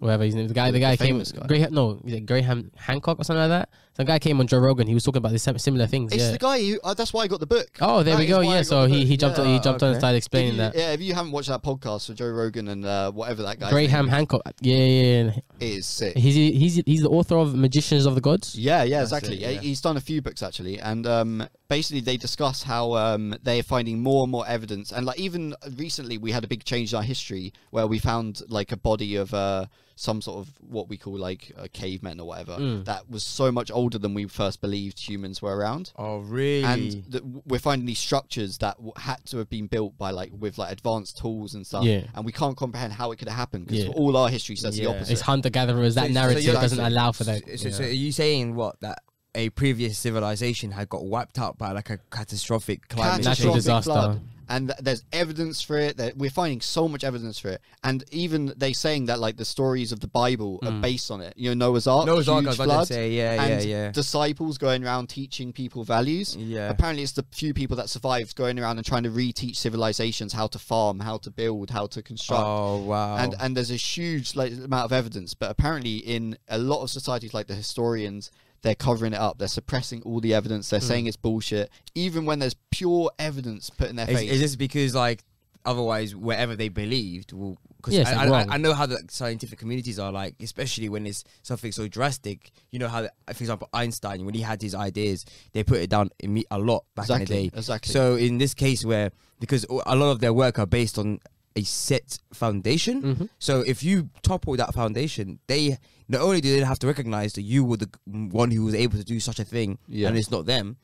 Speaker 1: Whatever his name, is. the guy, the
Speaker 3: The
Speaker 1: guy came.
Speaker 3: famous guy.
Speaker 1: Graham, no, is it Graham Hancock or something like that. Some guy came on Joe Rogan. He was talking about the sim- similar things.
Speaker 3: it's
Speaker 1: yeah.
Speaker 3: the guy who uh, that's why i got the book
Speaker 1: oh, there
Speaker 3: That
Speaker 1: we
Speaker 3: is
Speaker 1: go.
Speaker 3: why I
Speaker 1: Yeah.
Speaker 3: got
Speaker 1: so
Speaker 3: the
Speaker 1: he,
Speaker 3: book.
Speaker 1: he jumped on he
Speaker 2: Yeah,
Speaker 1: jumped on and
Speaker 2: okay.
Speaker 1: started
Speaker 3: If
Speaker 1: explaining
Speaker 3: you-
Speaker 1: that.
Speaker 3: yeah if you haven't watched that podcast for joe rogan and uh whatever that guy
Speaker 1: Graham Hancock. Yeah, yeah, yeah.
Speaker 3: is sick
Speaker 1: He's he's he's the author of Magicians of the Gods.
Speaker 3: Yeah, yeah,
Speaker 2: That's
Speaker 3: exactly.
Speaker 2: it, yeah.
Speaker 3: He's done a few books actually, and um, basically they discuss how um, they're finding more and more evidence. And like even recently, we had a big change in our history where we found like a body of uh, some sort of what we call like a caveman or whatever
Speaker 2: Hmm.
Speaker 3: that was so much older than we first believed humans were around.
Speaker 2: Oh really?
Speaker 3: And th- we're finding these structures that w- had to have been built by like with like advanced tools and stuff,
Speaker 1: Yeah.
Speaker 3: and we can't comprehend how it could have happened because
Speaker 1: Yeah.
Speaker 3: all our history says
Speaker 2: Yeah.
Speaker 3: the opposite.
Speaker 1: It's hunter gatherers. That
Speaker 2: So- so
Speaker 1: narrative
Speaker 2: you're-
Speaker 1: doesn't
Speaker 2: so-
Speaker 1: allow for that.
Speaker 2: So, so,
Speaker 1: yeah.
Speaker 2: so are you saying what that a previous civilization had got wiped out by like a catastrophic climate
Speaker 1: Natural
Speaker 2: change?
Speaker 3: catastrophic
Speaker 1: disaster.
Speaker 3: flood. And th- there's evidence for it. That we're finding so much evidence for it. And even they saying that like the stories of the Bible are based on it. You know, Noah's Ark,
Speaker 2: Mm. Noah's Ark, I
Speaker 3: huge
Speaker 2: was about to
Speaker 3: flood,
Speaker 2: say, yeah,
Speaker 3: and
Speaker 2: yeah, yeah.
Speaker 3: disciples going around teaching people values.
Speaker 2: Yeah.
Speaker 3: Apparently, it's the few people that survived going around and trying to reteach civilizations how to farm, how to build, how to construct
Speaker 2: Oh wow!
Speaker 3: and and there's a huge like, amount of evidence but apparently in a lot of societies like the historians they're covering it up they're suppressing all the evidence
Speaker 2: Hmm.
Speaker 3: they're saying it's bullshit even when there's pure evidence put in their
Speaker 2: Is,
Speaker 3: face
Speaker 2: is this because like otherwise whatever they believed will? Because
Speaker 1: Yes,
Speaker 2: I,
Speaker 1: it's
Speaker 2: I, I,
Speaker 1: wrong.
Speaker 2: I know how the scientific communities are like, especially when it's something so drastic. You know how, the, for example, Einstein when he had his ideas, they put it down imme- a lot back in
Speaker 3: Exactly,
Speaker 2: the day.
Speaker 3: exactly.
Speaker 2: So in this case, where because a lot of their work are based on a set foundation,
Speaker 3: Mm-hmm.
Speaker 2: so if you topple that foundation, they not only do they have to recognize that you were the one who was able to do such a thing,
Speaker 3: Yeah.
Speaker 2: and it's not them.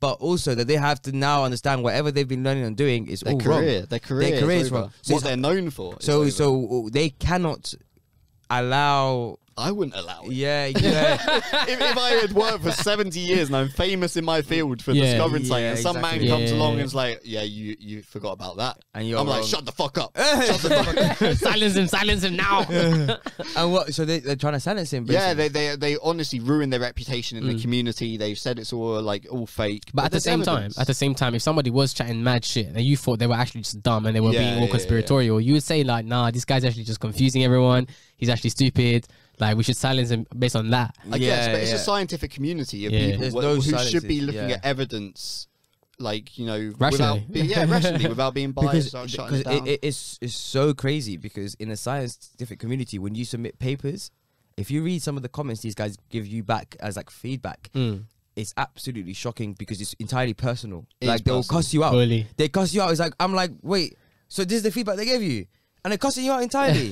Speaker 2: But also that they have to now understand whatever they've been learning and doing is
Speaker 3: their
Speaker 2: all
Speaker 3: career,
Speaker 2: wrong.
Speaker 3: their career
Speaker 2: Their career is
Speaker 3: over.
Speaker 2: wrong. So
Speaker 3: what
Speaker 2: it's-
Speaker 3: they're known for is
Speaker 2: so
Speaker 3: over.
Speaker 2: so they cannot allow.
Speaker 3: i wouldn't allow it
Speaker 2: Yeah, yeah.
Speaker 3: if, if i had worked for 70 years and i'm famous in my field for
Speaker 1: Yeah.
Speaker 3: discovering something
Speaker 2: Yeah,
Speaker 3: and some man
Speaker 1: exactly.
Speaker 3: comes
Speaker 1: Yeah.
Speaker 3: along and is like yeah you you forgot about that
Speaker 2: And you're
Speaker 3: i'm like
Speaker 2: wrong.
Speaker 3: shut the fuck up
Speaker 1: silence him! Silence him now!
Speaker 2: and what? So they, they're trying to silence him.
Speaker 3: yeah
Speaker 2: basically. Mm.
Speaker 3: they, they they honestly ruin their reputation in the community they've said it's all like all fake
Speaker 1: But at the
Speaker 3: there's
Speaker 1: same
Speaker 3: evidence.
Speaker 1: time, at the same time, if somebody was chatting mad shit and you thought they were actually just dumb and they were
Speaker 3: Yeah,
Speaker 1: being
Speaker 3: yeah,
Speaker 1: all
Speaker 3: yeah.
Speaker 1: conspiratorial, you would say like, "Nah, this guy's actually just confusing everyone. He's actually stupid. Like, we should silence him based on that."
Speaker 3: I guess,
Speaker 2: Yeah,
Speaker 3: but it's
Speaker 2: yeah.
Speaker 3: a scientific community of
Speaker 1: Yeah.
Speaker 3: people
Speaker 2: There's
Speaker 3: wh-
Speaker 2: no
Speaker 3: who
Speaker 2: silences,
Speaker 3: should be looking
Speaker 2: yeah.
Speaker 3: at evidence, like you know,
Speaker 1: Rationally.
Speaker 3: without be, yeah, rationally, without being biased,
Speaker 2: because
Speaker 3: without
Speaker 2: because
Speaker 3: shutting it
Speaker 2: it,
Speaker 3: down.
Speaker 2: it- it's it's so crazy because in a scientific community when you submit papers if you read some of the comments these guys give you back as like feedback
Speaker 1: Hmm.
Speaker 2: it's absolutely shocking because it's entirely personal
Speaker 3: It is
Speaker 2: like they'll
Speaker 3: personal.
Speaker 2: cuss you out
Speaker 1: Fully.
Speaker 2: they cuss you out it's like i'm like wait so this is the feedback they gave you and they're cussing you out entirely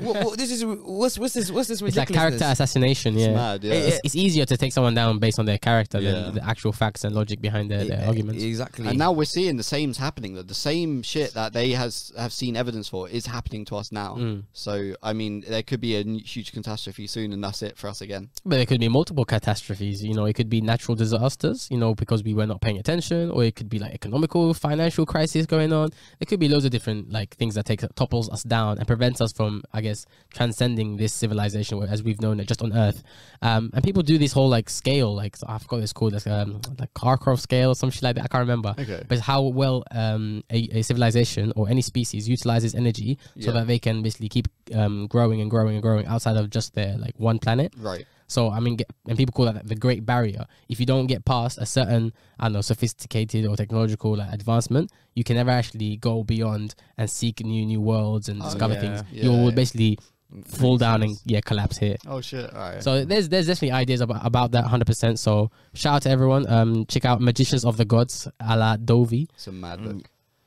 Speaker 2: what, what, this is what's what's this what's this
Speaker 1: It's like character
Speaker 2: ridiculousness?
Speaker 1: assassination. yeah.
Speaker 3: mad, yeah.
Speaker 1: It's, it's easier to take someone down based on their character
Speaker 3: Yeah.
Speaker 1: than the actual facts and logic behind their, their
Speaker 2: Yeah,
Speaker 1: arguments.
Speaker 2: exactly
Speaker 3: and now we're seeing the same's happening. That the same shit that they has have seen evidence for is happening to us now.
Speaker 2: Mm.
Speaker 3: So I mean, there could be a n- huge catastrophe soon, and that's it for us again.
Speaker 1: But there could be multiple catastrophes. You know, it could be natural disasters. You know, because we were not paying attention, or it could be like economical, financial crisis going on. There could be loads of different like things that take topples pulls us down and prevents us from, I guess, transcending this civilization where- as we've known it just on Earth. Um, and people do this whole like scale, like I forgot what it's called, like um, like Karkaroff scale or some shit like that. I can't remember.
Speaker 3: Okay.
Speaker 1: But it's how well um, a, a civilization or any species utilizes energy
Speaker 3: Yeah.
Speaker 1: so that they can basically keep um, growing and growing and growing outside of just their like one planet.
Speaker 3: Right.
Speaker 1: So I mean, get, and people call that the Great Barrier. If you don't get past a certain, I don't know, sophisticated or technological like, advancement, you can never actually go beyond and seek new new worlds and
Speaker 3: Oh,
Speaker 1: discover
Speaker 3: yeah,
Speaker 1: things.
Speaker 3: yeah,
Speaker 1: you will
Speaker 3: yeah.
Speaker 1: basically fall down and yeah, collapse here.
Speaker 3: Oh shit. All right.
Speaker 1: So there's there's definitely ideas about, about that 100%. So shout out to everyone. Um, check out Magicians of the Gods, a la Dovi.
Speaker 3: Some mad
Speaker 2: Mm.
Speaker 3: look.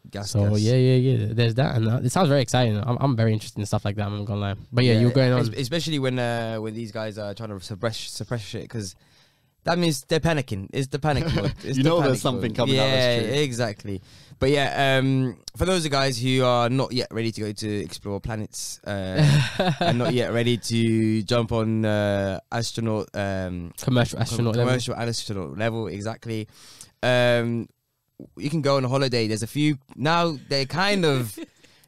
Speaker 2: Gas,
Speaker 1: So
Speaker 2: gas.
Speaker 1: yeah, yeah, yeah. There's that, and uh, it sounds very exciting. I'm, I'm very interested in stuff like that. I'm not gonna lie. But yeah, you're going
Speaker 2: es-
Speaker 1: on.
Speaker 2: especially when uh, when these guys are trying to suppress suppress shit because that means they're panicking. It's the panic mode. It's
Speaker 3: You
Speaker 2: the
Speaker 3: know
Speaker 2: panic
Speaker 3: there's something
Speaker 2: mode.
Speaker 3: coming
Speaker 2: yeah,
Speaker 3: out that's true.
Speaker 2: exactly. But yeah, um, for those of guys who are not yet ready to go to explore planets uh, and not yet ready to jump on uh, astronaut um,
Speaker 1: Commercial astronaut. level.
Speaker 2: commercial astronaut level exactly. Um, you can go on a holiday. There's a few now. They kind of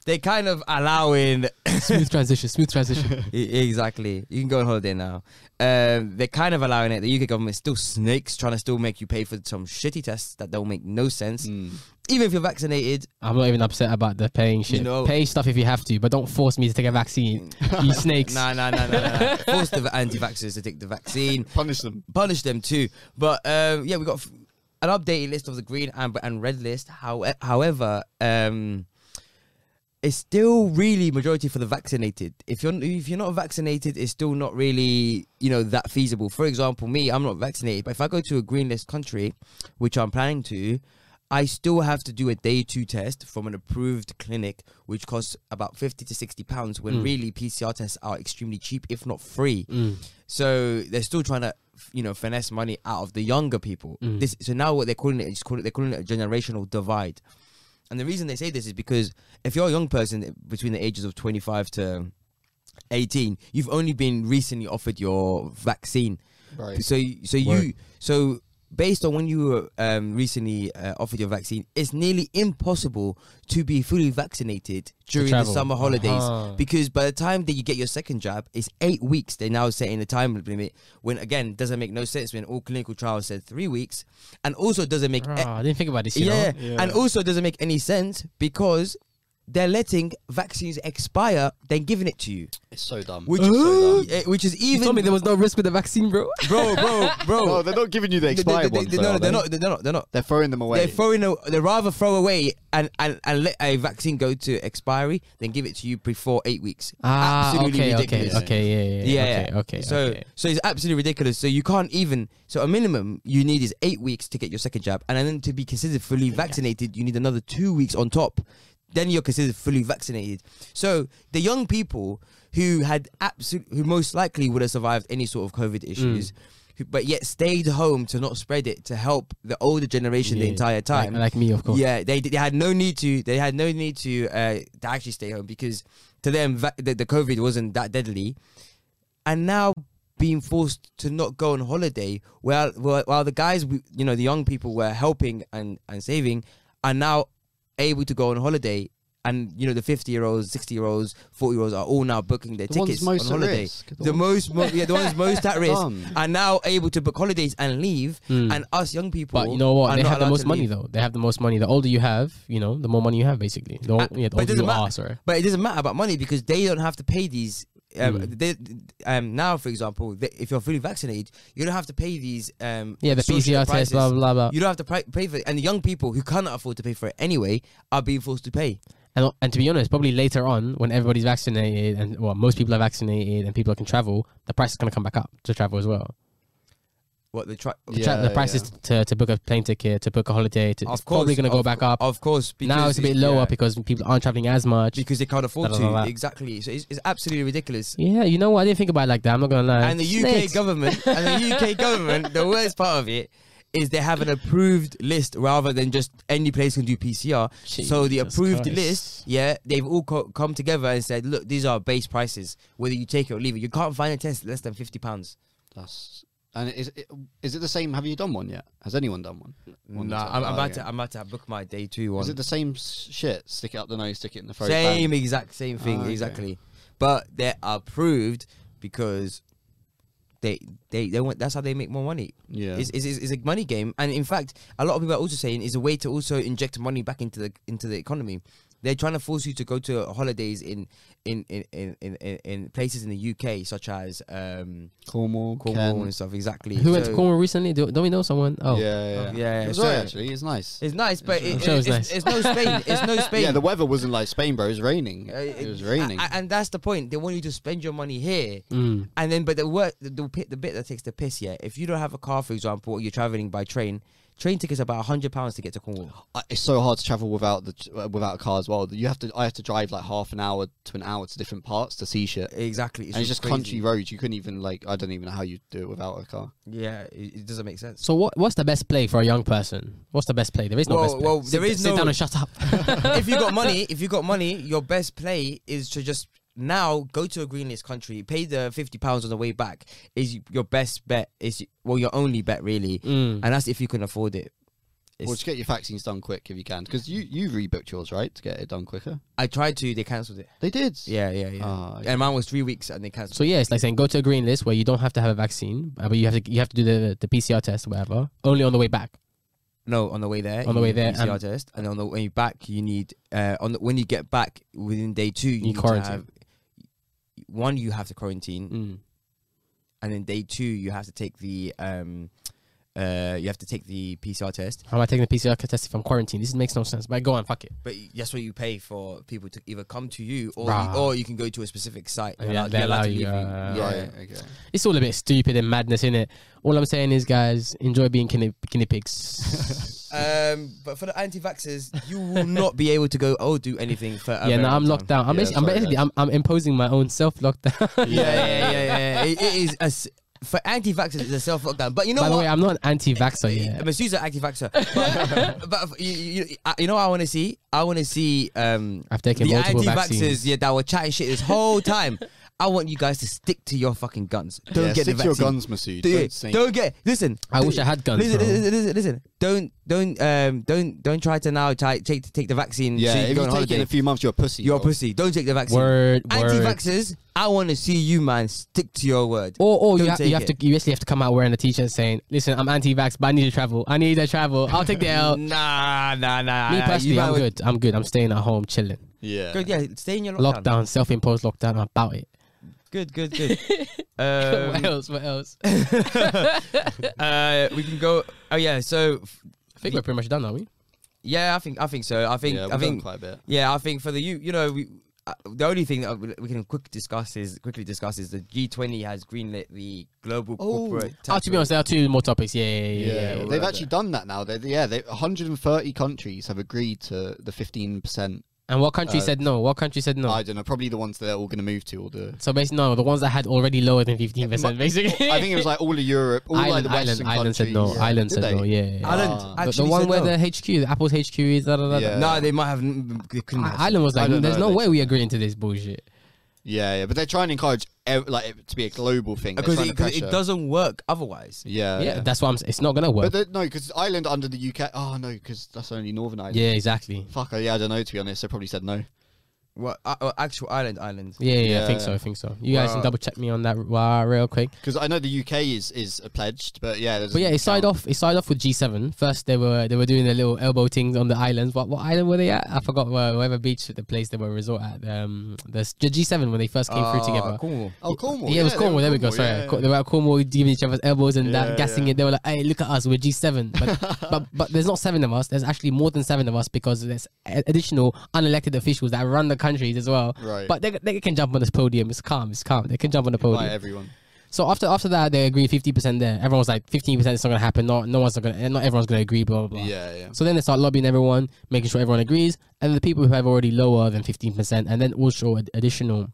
Speaker 2: they kind of allowing
Speaker 1: smooth transition. Smooth transition.
Speaker 2: I- E, exactly. You can go on holiday now. Um, they're kind of allowing it. The UK government is still snakes trying to still make you pay for some shitty tests that don't make no sense.
Speaker 3: Mm.
Speaker 2: Even if you're vaccinated,
Speaker 1: I'm not even upset about the paying shit.
Speaker 2: know-
Speaker 1: Pay stuff if you have to, but don't force me to take a vaccine. you snakes.
Speaker 2: nah, nah, nah, nah, nah. Force the anti-vaxxers to take the vaccine.
Speaker 3: Punish them.
Speaker 2: Punish them too. But um, yeah, we got f- an updated list of the green, amber, and red list. How- however, um, it's still really majority for the vaccinated. If you're if you're not vaccinated, it's still not really you know that feasible. For example, me, I'm not vaccinated, but if I go to a green list country, which I'm planning to, I still have to do a day two test from an approved clinic, which costs about fifty to sixty pounds. When really PCR tests are extremely cheap, if not free. So they're still trying to you know finesse money out of the younger people. This so now what they're calling it is call it they're calling it a generational divide. And the reason they say this is because if you're a young person between the ages of 25 to 18, you've only been recently offered your vaccine.
Speaker 3: Right.
Speaker 2: So so you so based on when you were um, recently uh, offered your vaccine, it's nearly impossible to be fully vaccinated during the
Speaker 1: travel.
Speaker 2: summer holidays
Speaker 1: Uh-huh.
Speaker 2: because by the time that you get your second jab, it's eight weeks. They're now setting the time limit when again doesn't make no sense when all clinical trials said three weeks, and also doesn't make
Speaker 1: Bruh, I didn't think about this. You
Speaker 2: yeah.
Speaker 1: know?
Speaker 2: and also it doesn't make any sense because they're letting vaccines expire, then giving it to you,
Speaker 3: It's so dumb.
Speaker 2: which
Speaker 3: It's so dumb.
Speaker 2: eh, which is
Speaker 1: You
Speaker 2: even
Speaker 1: told me there was no risk with the vaccine, bro.
Speaker 2: bro, bro, bro.
Speaker 3: Oh, they're not giving you the
Speaker 2: They- they-
Speaker 3: expired
Speaker 2: they-
Speaker 3: ones.
Speaker 2: they-
Speaker 3: though,
Speaker 2: no,
Speaker 3: are
Speaker 2: they're
Speaker 3: they?
Speaker 2: not. They're not. They're not.
Speaker 3: They're throwing them away.
Speaker 2: They're throwing. A, they rather throw away and, and and let a vaccine go to expiry than give it to you before eight weeks.
Speaker 1: Ah,
Speaker 2: Absolutely
Speaker 1: okay,
Speaker 2: ridiculous.
Speaker 1: okay, okay, yeah, yeah, yeah.
Speaker 2: Yeah.
Speaker 1: Okay, okay.
Speaker 2: So
Speaker 1: okay.
Speaker 2: so it's absolutely ridiculous. So you can't even. So a minimum you need is eight weeks to get your second jab, and then to be considered fully vaccinated, you need another two weeks on top. Then you're considered fully vaccinated. So the young people who had absolute, who most likely would have survived any sort of COVID
Speaker 1: Mm.
Speaker 2: issues. who- But yet stayed home to not spread it to help the older generation the
Speaker 1: Yeah.
Speaker 2: entire time.
Speaker 1: like, like me, of course.
Speaker 2: Yeah, they they had no need to. They had no need to uh, to actually stay home because to them va- the, the COVID wasn't that deadly, and now being forced to not go on holiday while while, while the guys we, you know the young people were helping and and saving are now able to go on holiday. And you know the fifty-year-olds, sixty-year-olds, forty-year-olds are all now booking their
Speaker 3: The ones
Speaker 2: tickets
Speaker 3: most
Speaker 2: on
Speaker 3: at
Speaker 2: holiday.
Speaker 3: risk, the
Speaker 2: the most, mo- yeah, the ones most at risk
Speaker 3: Dumb.
Speaker 2: are now able to book holidays and leave.
Speaker 3: Hmm.
Speaker 1: Mm.
Speaker 2: And us young people,
Speaker 1: But you know what?
Speaker 2: are
Speaker 1: They
Speaker 2: not
Speaker 1: have the
Speaker 2: allowed
Speaker 1: most
Speaker 2: to
Speaker 1: money
Speaker 2: leave.
Speaker 1: though. They have the most money. The older you have, you know, the more money you have, basically. The, ol-
Speaker 2: Uh,
Speaker 1: yeah, the
Speaker 2: but it
Speaker 1: older
Speaker 2: doesn't
Speaker 1: you
Speaker 2: matter.
Speaker 1: are, sorry.
Speaker 2: But it doesn't matter about money because they don't have to pay these. Um,
Speaker 1: Mm.
Speaker 2: they, um, now, for example, th if you're fully vaccinated, you don't have to pay these. Um,
Speaker 1: Yeah, the
Speaker 2: social
Speaker 1: PCR test,
Speaker 2: prices.
Speaker 1: blah blah blah.
Speaker 2: You don't have to pri- pay for it, and the young people who cannot afford to pay for it anyway are being forced to pay.
Speaker 1: And, and to be honest, probably later on, when everybody's vaccinated and well, most people are vaccinated and people can travel, the price is going to come back up to travel as well.
Speaker 2: What the tri-
Speaker 1: The, tra- the
Speaker 3: Yeah,
Speaker 1: prices to, to book a plane ticket, to book a holiday, to, it's
Speaker 2: Of course,
Speaker 1: probably going to go
Speaker 2: of-
Speaker 1: back up.
Speaker 2: of course, because
Speaker 1: Now it's a bit lower
Speaker 2: yeah,
Speaker 1: because people aren't traveling as much.
Speaker 2: because they can't afford
Speaker 1: Blah,
Speaker 2: to.
Speaker 1: blah, blah.
Speaker 2: Exactly, so it's, it's absolutely ridiculous.
Speaker 1: yeah, you know what? I didn't think about it like that. I'm not going to lie.
Speaker 2: And the
Speaker 1: Snakes.
Speaker 2: UK government, and the UK government, the worst part of it is they have an approved list rather than just any place can do PCR. so the
Speaker 1: Jesus
Speaker 2: approved
Speaker 1: Christ.
Speaker 2: list, yeah, they've all co- come together and said, look, these are base prices. Whether you take it or leave it, you can't find a test less than fifty pounds.
Speaker 3: That's And is it, is it the same? Have you done one yet? Has anyone done one?
Speaker 2: No,
Speaker 3: One that's up-
Speaker 2: Mm, I'm, I'm
Speaker 3: oh,
Speaker 2: about
Speaker 3: okay.
Speaker 2: to. I'm about to book my day two one.
Speaker 3: Is it the same s- shit? Stick it up the nose, stick it in the throat.
Speaker 2: same
Speaker 3: bang.
Speaker 2: exact same thing
Speaker 3: Ah, okay.
Speaker 2: exactly, but they're approved because they they they want. That's how they make more money.
Speaker 3: Yeah.
Speaker 2: It's, it's, it's a money game, and in fact, a lot of people are also saying it's a way to also inject money back into the into the economy. They're trying to force you to go to holidays in in in in, in, in, in places in the UK, such as um,
Speaker 3: Cornwall,
Speaker 2: Cornwall
Speaker 3: Kent.
Speaker 2: and stuff. Exactly.
Speaker 1: Who went to
Speaker 2: So-
Speaker 1: Cornwall recently? Do, don't we know someone? Oh,
Speaker 3: Yeah, yeah.
Speaker 2: Yeah,
Speaker 3: It was
Speaker 2: so-
Speaker 3: alright, actually. It's nice.
Speaker 2: It's nice, but it,
Speaker 1: I'm sure it's
Speaker 2: it- it's, it's no Spain. It's no Spain.
Speaker 3: Yeah, the weather wasn't like Spain, bro. It was raining.
Speaker 2: Uh,
Speaker 3: it was raining.
Speaker 2: a- a- and that's the point. They want you to spend your money here,
Speaker 1: Mm.
Speaker 2: and then but the work the, the, pi- the bit that takes the piss. Yeah, if you don't have a car, for example, or you're traveling by train, train tickets are about hundred pounds to get to Cornwall.
Speaker 3: I- it's so hard to travel without the uh, without a car as well. You have to. I have to drive like half an hour to an hour to different parts to see shit.
Speaker 2: Exactly,
Speaker 3: and it's just
Speaker 2: crazy.
Speaker 3: country roads. You couldn't even like. I don't even know how you do it without a car.
Speaker 2: Yeah, it, it doesn't make sense.
Speaker 1: So what? What's the best play for a young person? What's the best play? There is no
Speaker 2: Well,
Speaker 1: best play.
Speaker 2: well,
Speaker 1: sit,
Speaker 2: there is
Speaker 1: sit
Speaker 2: no-
Speaker 1: down and shut up.
Speaker 2: if you got money, if you got money, your best play is to just now go to a green list country, pay the fifty pounds on the way back. Is your best bet? Is well your only bet really,
Speaker 1: Mm.
Speaker 2: and that's if you can afford it. It's-
Speaker 3: Well, just get your vaccines done quick if you can, because you you rebooked yours right to get it done quicker.
Speaker 2: I tried to, they cancelled it.
Speaker 3: They did.
Speaker 2: Yeah, yeah, yeah.
Speaker 3: Ah, okay.
Speaker 2: And mine was three weeks, and they cancelled.
Speaker 1: So yeah, it's like saying go to a green list where you don't have to have a vaccine, uh, but you have to you have to do the, the PCR test or whatever only on the way back.
Speaker 2: No, on the way there.
Speaker 1: On the
Speaker 2: you
Speaker 1: way
Speaker 2: need
Speaker 1: there,
Speaker 2: PCR
Speaker 1: and-
Speaker 2: test, and on the way back, you need uh, on the, when you get back within day two, you
Speaker 1: You
Speaker 2: need to
Speaker 1: quarantine.
Speaker 2: have one. You have to quarantine,
Speaker 1: Mm.
Speaker 2: and then day two, you have to take the um, uh, you have to take the PCR test.
Speaker 1: How am I taking the PCR test if I'm quarantined? This makes no sense. But go on, fuck it.
Speaker 2: But that's what you pay for people to either come to you or
Speaker 1: Rah.
Speaker 2: you, or you can go to a specific site.
Speaker 1: Yeah,
Speaker 2: You're allowed-
Speaker 1: they
Speaker 2: you're allowed
Speaker 1: allow
Speaker 2: to
Speaker 1: you,
Speaker 2: leave
Speaker 1: uh,
Speaker 2: Oh, yeah.
Speaker 3: Right. Okay.
Speaker 1: It's all a bit stupid and madness, in it. All I'm saying is, guys, enjoy being guinea, guinea pigs.
Speaker 2: Um, but for the anti-vaxxers, you will not be able to go or do anything for. a
Speaker 1: yeah,
Speaker 2: very
Speaker 1: no, I'm
Speaker 2: long
Speaker 1: locked
Speaker 2: time.
Speaker 1: down. I'm
Speaker 3: Yeah,
Speaker 1: basically, I'm,
Speaker 3: sorry,
Speaker 1: basically
Speaker 3: guys.
Speaker 1: I'm, I'm imposing my own self lockdown.
Speaker 2: yeah, yeah, yeah, yeah. It, it is a s for anti-vaxxers, it's a self-lockdown. But you know
Speaker 1: By the
Speaker 2: what?
Speaker 1: way, I'm not an anti-vaxxer
Speaker 2: I
Speaker 1: yet.
Speaker 2: mean, she's an anti-vaxxer. But, but you, you, you- I- you know what I want to see? I want to see um,
Speaker 1: I've taken
Speaker 2: the
Speaker 1: multiple
Speaker 2: anti-vaxxers
Speaker 1: vaccines.
Speaker 2: yeah, that were chatting shit this whole time. I want you guys to stick to your fucking guns. Don't
Speaker 3: yeah,
Speaker 2: get
Speaker 3: stick
Speaker 2: the
Speaker 3: to your
Speaker 2: vaccine.
Speaker 3: guns, Masood.
Speaker 2: Do
Speaker 3: Don't,
Speaker 2: it.
Speaker 3: say-
Speaker 2: Don't get. Listen.
Speaker 1: I
Speaker 2: do-
Speaker 1: wish I had guns,
Speaker 2: Listen,
Speaker 1: bro.
Speaker 2: listen, listen, listen. Don't, don't, um, don't, don't try to now try, take take the vaccine.
Speaker 3: yeah,
Speaker 2: so you
Speaker 3: if
Speaker 2: can go
Speaker 3: you
Speaker 2: on
Speaker 3: take it in
Speaker 2: holiday.
Speaker 3: a few months, you're a pussy.
Speaker 2: You're a
Speaker 3: bro.
Speaker 2: pussy. Don't take the vaccine.
Speaker 1: Word, word. Oh.
Speaker 2: Anti-vaxxers, I want to see you, man. Stick to your word.
Speaker 1: Or, or
Speaker 2: Don't
Speaker 1: you, ha-
Speaker 2: take
Speaker 1: you have
Speaker 2: it.
Speaker 1: to you basically have to come out wearing a t-shirt saying, "Listen, I'm anti-vax, but I need to travel. I need to travel. I'll take the L." Me
Speaker 2: Nah, nah, nah. nah.
Speaker 1: personally,
Speaker 2: You
Speaker 1: I'm
Speaker 2: might-
Speaker 1: good. I'm good. I'm staying at home, chilling.
Speaker 3: Yeah.
Speaker 2: Good, yeah. Stay in your lockdown.
Speaker 1: Lockdown, self-imposed lockdown. I'm about it.
Speaker 2: Good, good, good. um,
Speaker 1: what else? What else?
Speaker 2: uh, we can go. Oh yeah. So f-
Speaker 1: I think we're pretty much done, are we? Oh,
Speaker 2: yeah, I think I think so. I think
Speaker 3: yeah, we've
Speaker 2: I
Speaker 3: done
Speaker 2: think
Speaker 3: quite a bit.
Speaker 2: yeah, I think for the you you know we. Uh, the only thing that we we can quick discuss is quickly discuss is the G20 has greenlit the global corporate.
Speaker 1: Oh,
Speaker 2: tax
Speaker 1: to be honest, there are two more topics. Yeah, yeah, yeah.
Speaker 3: Yeah,
Speaker 1: yeah, yeah.
Speaker 2: we'll
Speaker 3: they've
Speaker 2: write
Speaker 3: actually done that now. They, they- yeah, they, 130 countries have agreed to the 15. percent
Speaker 1: And what country
Speaker 3: Uh,
Speaker 1: said no? What country said no?
Speaker 3: I don't know. Probably the ones that they're all going to move to. All the
Speaker 1: so basically, no, the ones that had already lower than fifteen percent, basically.
Speaker 3: I think it was like all of Europe, all like
Speaker 1: Ireland,
Speaker 3: the Western
Speaker 1: Ireland, Ireland said
Speaker 3: countries.
Speaker 1: no. Ireland
Speaker 3: Did
Speaker 1: said
Speaker 3: they?
Speaker 1: no. Yeah, yeah, yeah.
Speaker 2: rate. Ireland
Speaker 3: Ah.
Speaker 1: the, the
Speaker 2: Uh, actually
Speaker 1: one
Speaker 2: said
Speaker 1: where
Speaker 2: no.
Speaker 1: the HQ, the Apple's HQ is. Da, da, da, da.
Speaker 3: Yeah.
Speaker 2: no, they might have. n- They couldn't have
Speaker 1: I- Ireland was like,
Speaker 3: I don't
Speaker 1: "There's
Speaker 3: know,
Speaker 1: no
Speaker 3: they
Speaker 1: way we agreeing to this bullshit."
Speaker 3: Yeah, yeah. But they're trying to encourage ev- like it to be a global thing. They're
Speaker 2: because
Speaker 3: trying
Speaker 2: it,
Speaker 3: to
Speaker 2: Uh, 'cause it
Speaker 3: pressure.
Speaker 2: doesn't work otherwise.
Speaker 3: Yeah,
Speaker 1: Yeah,
Speaker 3: Uh, yeah.
Speaker 1: that's what I'm. s- It's not gonna work.
Speaker 3: But the, no, because Ireland under the UK. Oh no, because that's only Northern Ireland.
Speaker 1: yeah, exactly.
Speaker 3: Fuck. oh, Yeah, I don't know. To be honest, they probably said no.
Speaker 2: Well, uh, uh, actual Ireland, Ireland.
Speaker 1: Yeah, yeah, I think
Speaker 3: Yeah.
Speaker 1: so. I think so. You guys can
Speaker 2: Wow.
Speaker 1: double check me on that uh, real quick.
Speaker 3: Because I know the UK is is pledged, but yeah,
Speaker 1: But yeah, it started off. It started off with G7. First, they were they were doing their little elbow things on the islands. What what island were they at? I forgot where, whatever beach, the place they were resort at. Um, the s- the G7 when they first came through
Speaker 2: Ah,
Speaker 1: together.
Speaker 2: Cornwall.
Speaker 3: Oh, Cornwall.
Speaker 1: Yeah, it was
Speaker 3: they were
Speaker 1: Cornwall. There we go.
Speaker 3: Cornwall,
Speaker 1: Sorry,
Speaker 3: yeah,
Speaker 1: Co-
Speaker 3: yeah.
Speaker 1: they were at Cornwall giving each other's elbows and
Speaker 3: Yeah,
Speaker 1: that, gassing
Speaker 3: yeah.
Speaker 1: it. They were like, "Hey, look at us. We're G7." But but, but there's not seven of us. There's actually more than seven of us because there's a- additional unelected officials that run the countries as well.
Speaker 3: Right.
Speaker 1: But they, they can jump on this podium. It's calm. It's calm. They can jump on the podium.
Speaker 3: By everyone.
Speaker 1: So after after that, they agreed fifty percent there. Everyone was like fifteen percent. It's not gonna happen. Not no one's not gonna. eh, Not everyone's gonna agree. Blah blah. blah.
Speaker 3: Yeah, yeah.
Speaker 1: So then they start lobbying everyone, making sure everyone agrees, and the people who have already lower than fifteen percent, and then also ad- additional.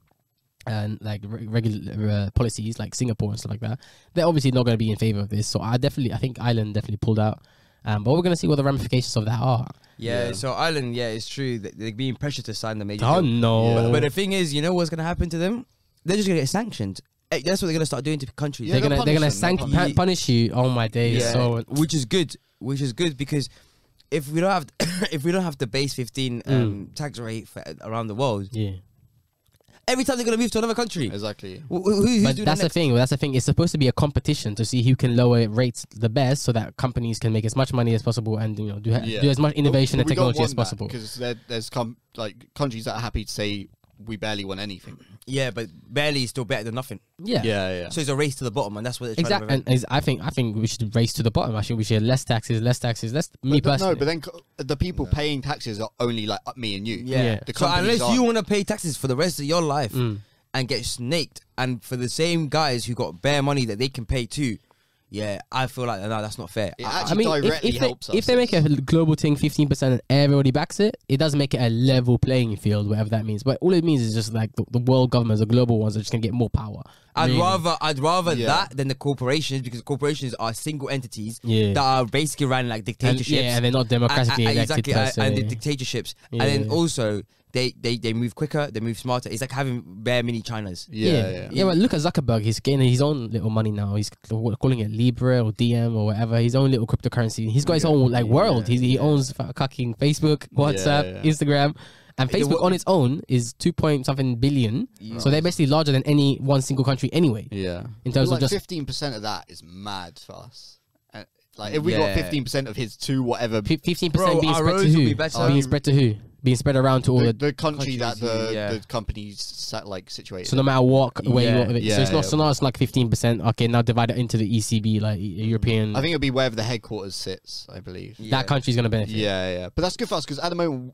Speaker 1: And like re- regular uh, policies, like Singapore and stuff like that, they're obviously not going to be in favor of this. So I definitely, I think Ireland definitely pulled out. Um, but we're going to see what the ramifications of that are.
Speaker 2: Yeah,
Speaker 3: Yeah.
Speaker 2: so Ireland, yeah, it's true. that They're being pressured to sign the major.
Speaker 1: Oh
Speaker 2: deal.
Speaker 1: no!
Speaker 2: But the thing is, you know what's going to happen to them? They're just going to get sanctioned. eh, that's what they're gonna start doing to countries.
Speaker 3: Yeah,
Speaker 1: they're gonna
Speaker 3: they'll
Speaker 1: they're gonna
Speaker 3: punish them,
Speaker 1: sank
Speaker 3: they'll
Speaker 1: pa-
Speaker 2: punish
Speaker 1: punish
Speaker 2: them.
Speaker 1: you. Oh my days. So
Speaker 2: which is good, which is good because if we don't have if we don't have the base fifteen um, tax rate for, around the world,
Speaker 1: Hmm. yeah.
Speaker 2: every time they're gonna move to another country.
Speaker 3: Exactly.
Speaker 2: Wh- wh- who- who's
Speaker 1: But
Speaker 2: doing
Speaker 1: that's the
Speaker 2: that next?
Speaker 1: thing. That's the thing. It's supposed to be a competition to see who can lower rates the best, so that companies can make as much money as possible and you know do,
Speaker 3: Yeah.
Speaker 1: do as much innovation
Speaker 3: But
Speaker 1: and
Speaker 3: we don't
Speaker 1: technology
Speaker 3: want
Speaker 1: as
Speaker 3: that,
Speaker 1: possible.
Speaker 3: Because there, there's com- like countries that are happy to say we barely want anything.
Speaker 2: Yeah, but barely is still better than nothing.
Speaker 1: Yeah.
Speaker 3: yeah.
Speaker 2: So it's a race to the bottom, and that's what they're trying
Speaker 1: Exactly,
Speaker 2: to
Speaker 1: and is- I think I think we should race to the bottom. I think we should less taxes, less taxes, less. Me
Speaker 3: But
Speaker 1: personally,
Speaker 3: No, but then co- the people paying taxes are only like me and you.
Speaker 2: prevent. Yeah.
Speaker 1: yeah.
Speaker 3: The
Speaker 2: So
Speaker 3: companies
Speaker 2: unless you
Speaker 3: aren't.
Speaker 2: want to pay taxes for the rest of your life
Speaker 1: Hmm.
Speaker 2: and get snaked, and for the same guys who got bare money that they can pay too, yeah, I feel like no, that's not fair.
Speaker 3: It
Speaker 2: I-
Speaker 3: actually directly
Speaker 1: if, if
Speaker 3: helps
Speaker 1: they,
Speaker 3: us.
Speaker 1: If they make a global thing 15% and everybody backs it, it doesn't make it a level playing field, whatever that means. But all it means is just like the, the world governments, the global ones, are just going to get more power.
Speaker 2: I'd
Speaker 1: Really.
Speaker 2: rather I'd rather
Speaker 3: Yeah.
Speaker 2: that than the corporations because corporations are single entities
Speaker 1: Yeah.
Speaker 2: that are basically run like
Speaker 1: And-
Speaker 2: dictatorships.
Speaker 1: yeah, and they're not democratically
Speaker 2: A- a-
Speaker 1: elected.
Speaker 2: exactly,
Speaker 1: per
Speaker 2: a- and the
Speaker 1: se.
Speaker 2: dictatorships,
Speaker 1: Yeah.
Speaker 2: and then also they, they they move quicker, they move smarter. It's like having bare mini Chinas.
Speaker 3: Yeah, yeah.
Speaker 1: yeah, But look at Zuckerberg; he's getting his own little money now. He's c- calling it Libra or DM or whatever. His own little cryptocurrency. He's got his own like world. He he owns fa- fucking Facebook, WhatsApp,
Speaker 3: yeah.
Speaker 1: Instagram, and
Speaker 2: the
Speaker 1: Facebook
Speaker 2: wo-
Speaker 1: on its own is two point something billion. So they're basically larger than any one single country anyway.
Speaker 3: Yeah.
Speaker 1: In terms
Speaker 3: But,
Speaker 1: of
Speaker 3: like
Speaker 1: just
Speaker 3: fifteen percent of that is mad for us. Uh, like if we got
Speaker 2: Yeah.
Speaker 3: fifteen percent of his to whatever the,
Speaker 1: fifteen
Speaker 2: Bro,
Speaker 1: percent being
Speaker 2: our
Speaker 1: spread to
Speaker 2: roads will
Speaker 1: who?
Speaker 2: be better.
Speaker 1: being spread to who? Being spread around to all the.
Speaker 3: the country that
Speaker 2: countries,
Speaker 3: the,
Speaker 2: yeah.
Speaker 3: the company's sat, like situated.
Speaker 1: so no matter what, where you
Speaker 2: Yeah,
Speaker 1: are, so
Speaker 3: yeah,
Speaker 1: it's not
Speaker 3: yeah.
Speaker 1: so now it's like fifteen percent. Okay, now divide it into the ECB, like E, European.
Speaker 3: I think it'd be wherever the headquarters sits. I believe.
Speaker 1: that country's gonna benefit.
Speaker 3: Yeah, yeah. But that's good for us because at the moment,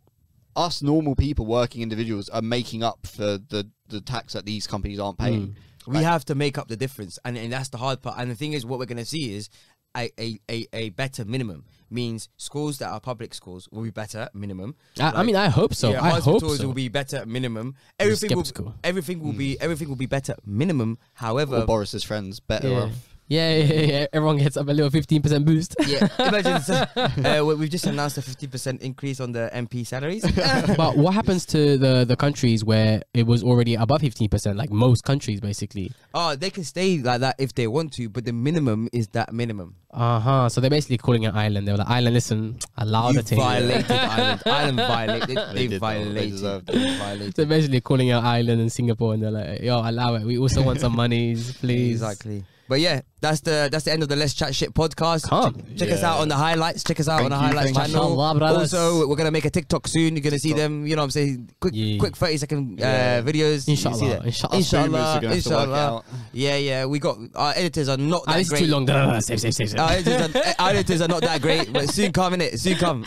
Speaker 3: us normal people, working individuals, are making up for the the tax that these companies aren't paying.
Speaker 2: We have to make up the difference, and, and that's the hard part. And the thing is, what we're going to see is a, a, a, a better minimum means schools that are public schools will be better minimum.
Speaker 1: I, I
Speaker 2: Like,
Speaker 1: mean, I hope so.
Speaker 2: yeah,
Speaker 1: I hope
Speaker 2: hospitals
Speaker 1: so.
Speaker 2: will be better minimum. Everything will
Speaker 1: skeptical.
Speaker 2: everything will be everything will be better minimum. However,
Speaker 3: Or Boris's friends better
Speaker 1: Mm. yeah.
Speaker 3: off.
Speaker 1: Yeah, yeah, yeah, yeah. Everyone gets up a little fifteen percent boost.
Speaker 2: yeah, imagine so- uh, we- we've just announced a fifty percent increase on the MP salaries.
Speaker 1: but what happens to the the countries where it was already above fifteen percent? Like most countries, basically.
Speaker 2: oh, they can stay like that if they want to, but the minimum is that minimum.
Speaker 1: Uh huh. So they're basically calling it Ireland. They were like, Ireland, listen, allow
Speaker 2: you
Speaker 1: the thing.
Speaker 2: violated Ireland. Ireland violated. They,
Speaker 3: did, though. They
Speaker 2: violated.
Speaker 3: deserved
Speaker 2: they violated.
Speaker 1: So basically calling out Ireland and Singapore, and they're like, "Yo, allow it. We also want some monies, please."
Speaker 2: Exactly. But yeah, that's the that's the end of the Let's Chat Shit podcast.
Speaker 1: Come.
Speaker 2: Check us out on the highlights. Check us out on the
Speaker 3: you,
Speaker 2: highlights
Speaker 1: thank you.
Speaker 2: channel.
Speaker 1: Mashallah, brothers.
Speaker 2: also, we're gonna make a TikTok soon. You're gonna see them. You know what I'm saying? Quick,
Speaker 1: Yeah.
Speaker 2: quick thirty second uh,
Speaker 3: Yeah.
Speaker 2: videos. You see
Speaker 1: Inshallah,
Speaker 2: that.
Speaker 1: inshallah.
Speaker 3: Boomers are
Speaker 2: Inshallah.
Speaker 3: gonna have to work it
Speaker 2: Inshallah.
Speaker 3: out.
Speaker 2: Yeah, yeah. We got our editors are not
Speaker 1: Ah,
Speaker 2: that
Speaker 1: this is
Speaker 2: great.
Speaker 1: too long. No, no, no, Save, save, save, save.
Speaker 2: Our editors, are, our editors are not that great, but soon come in it. Soon come.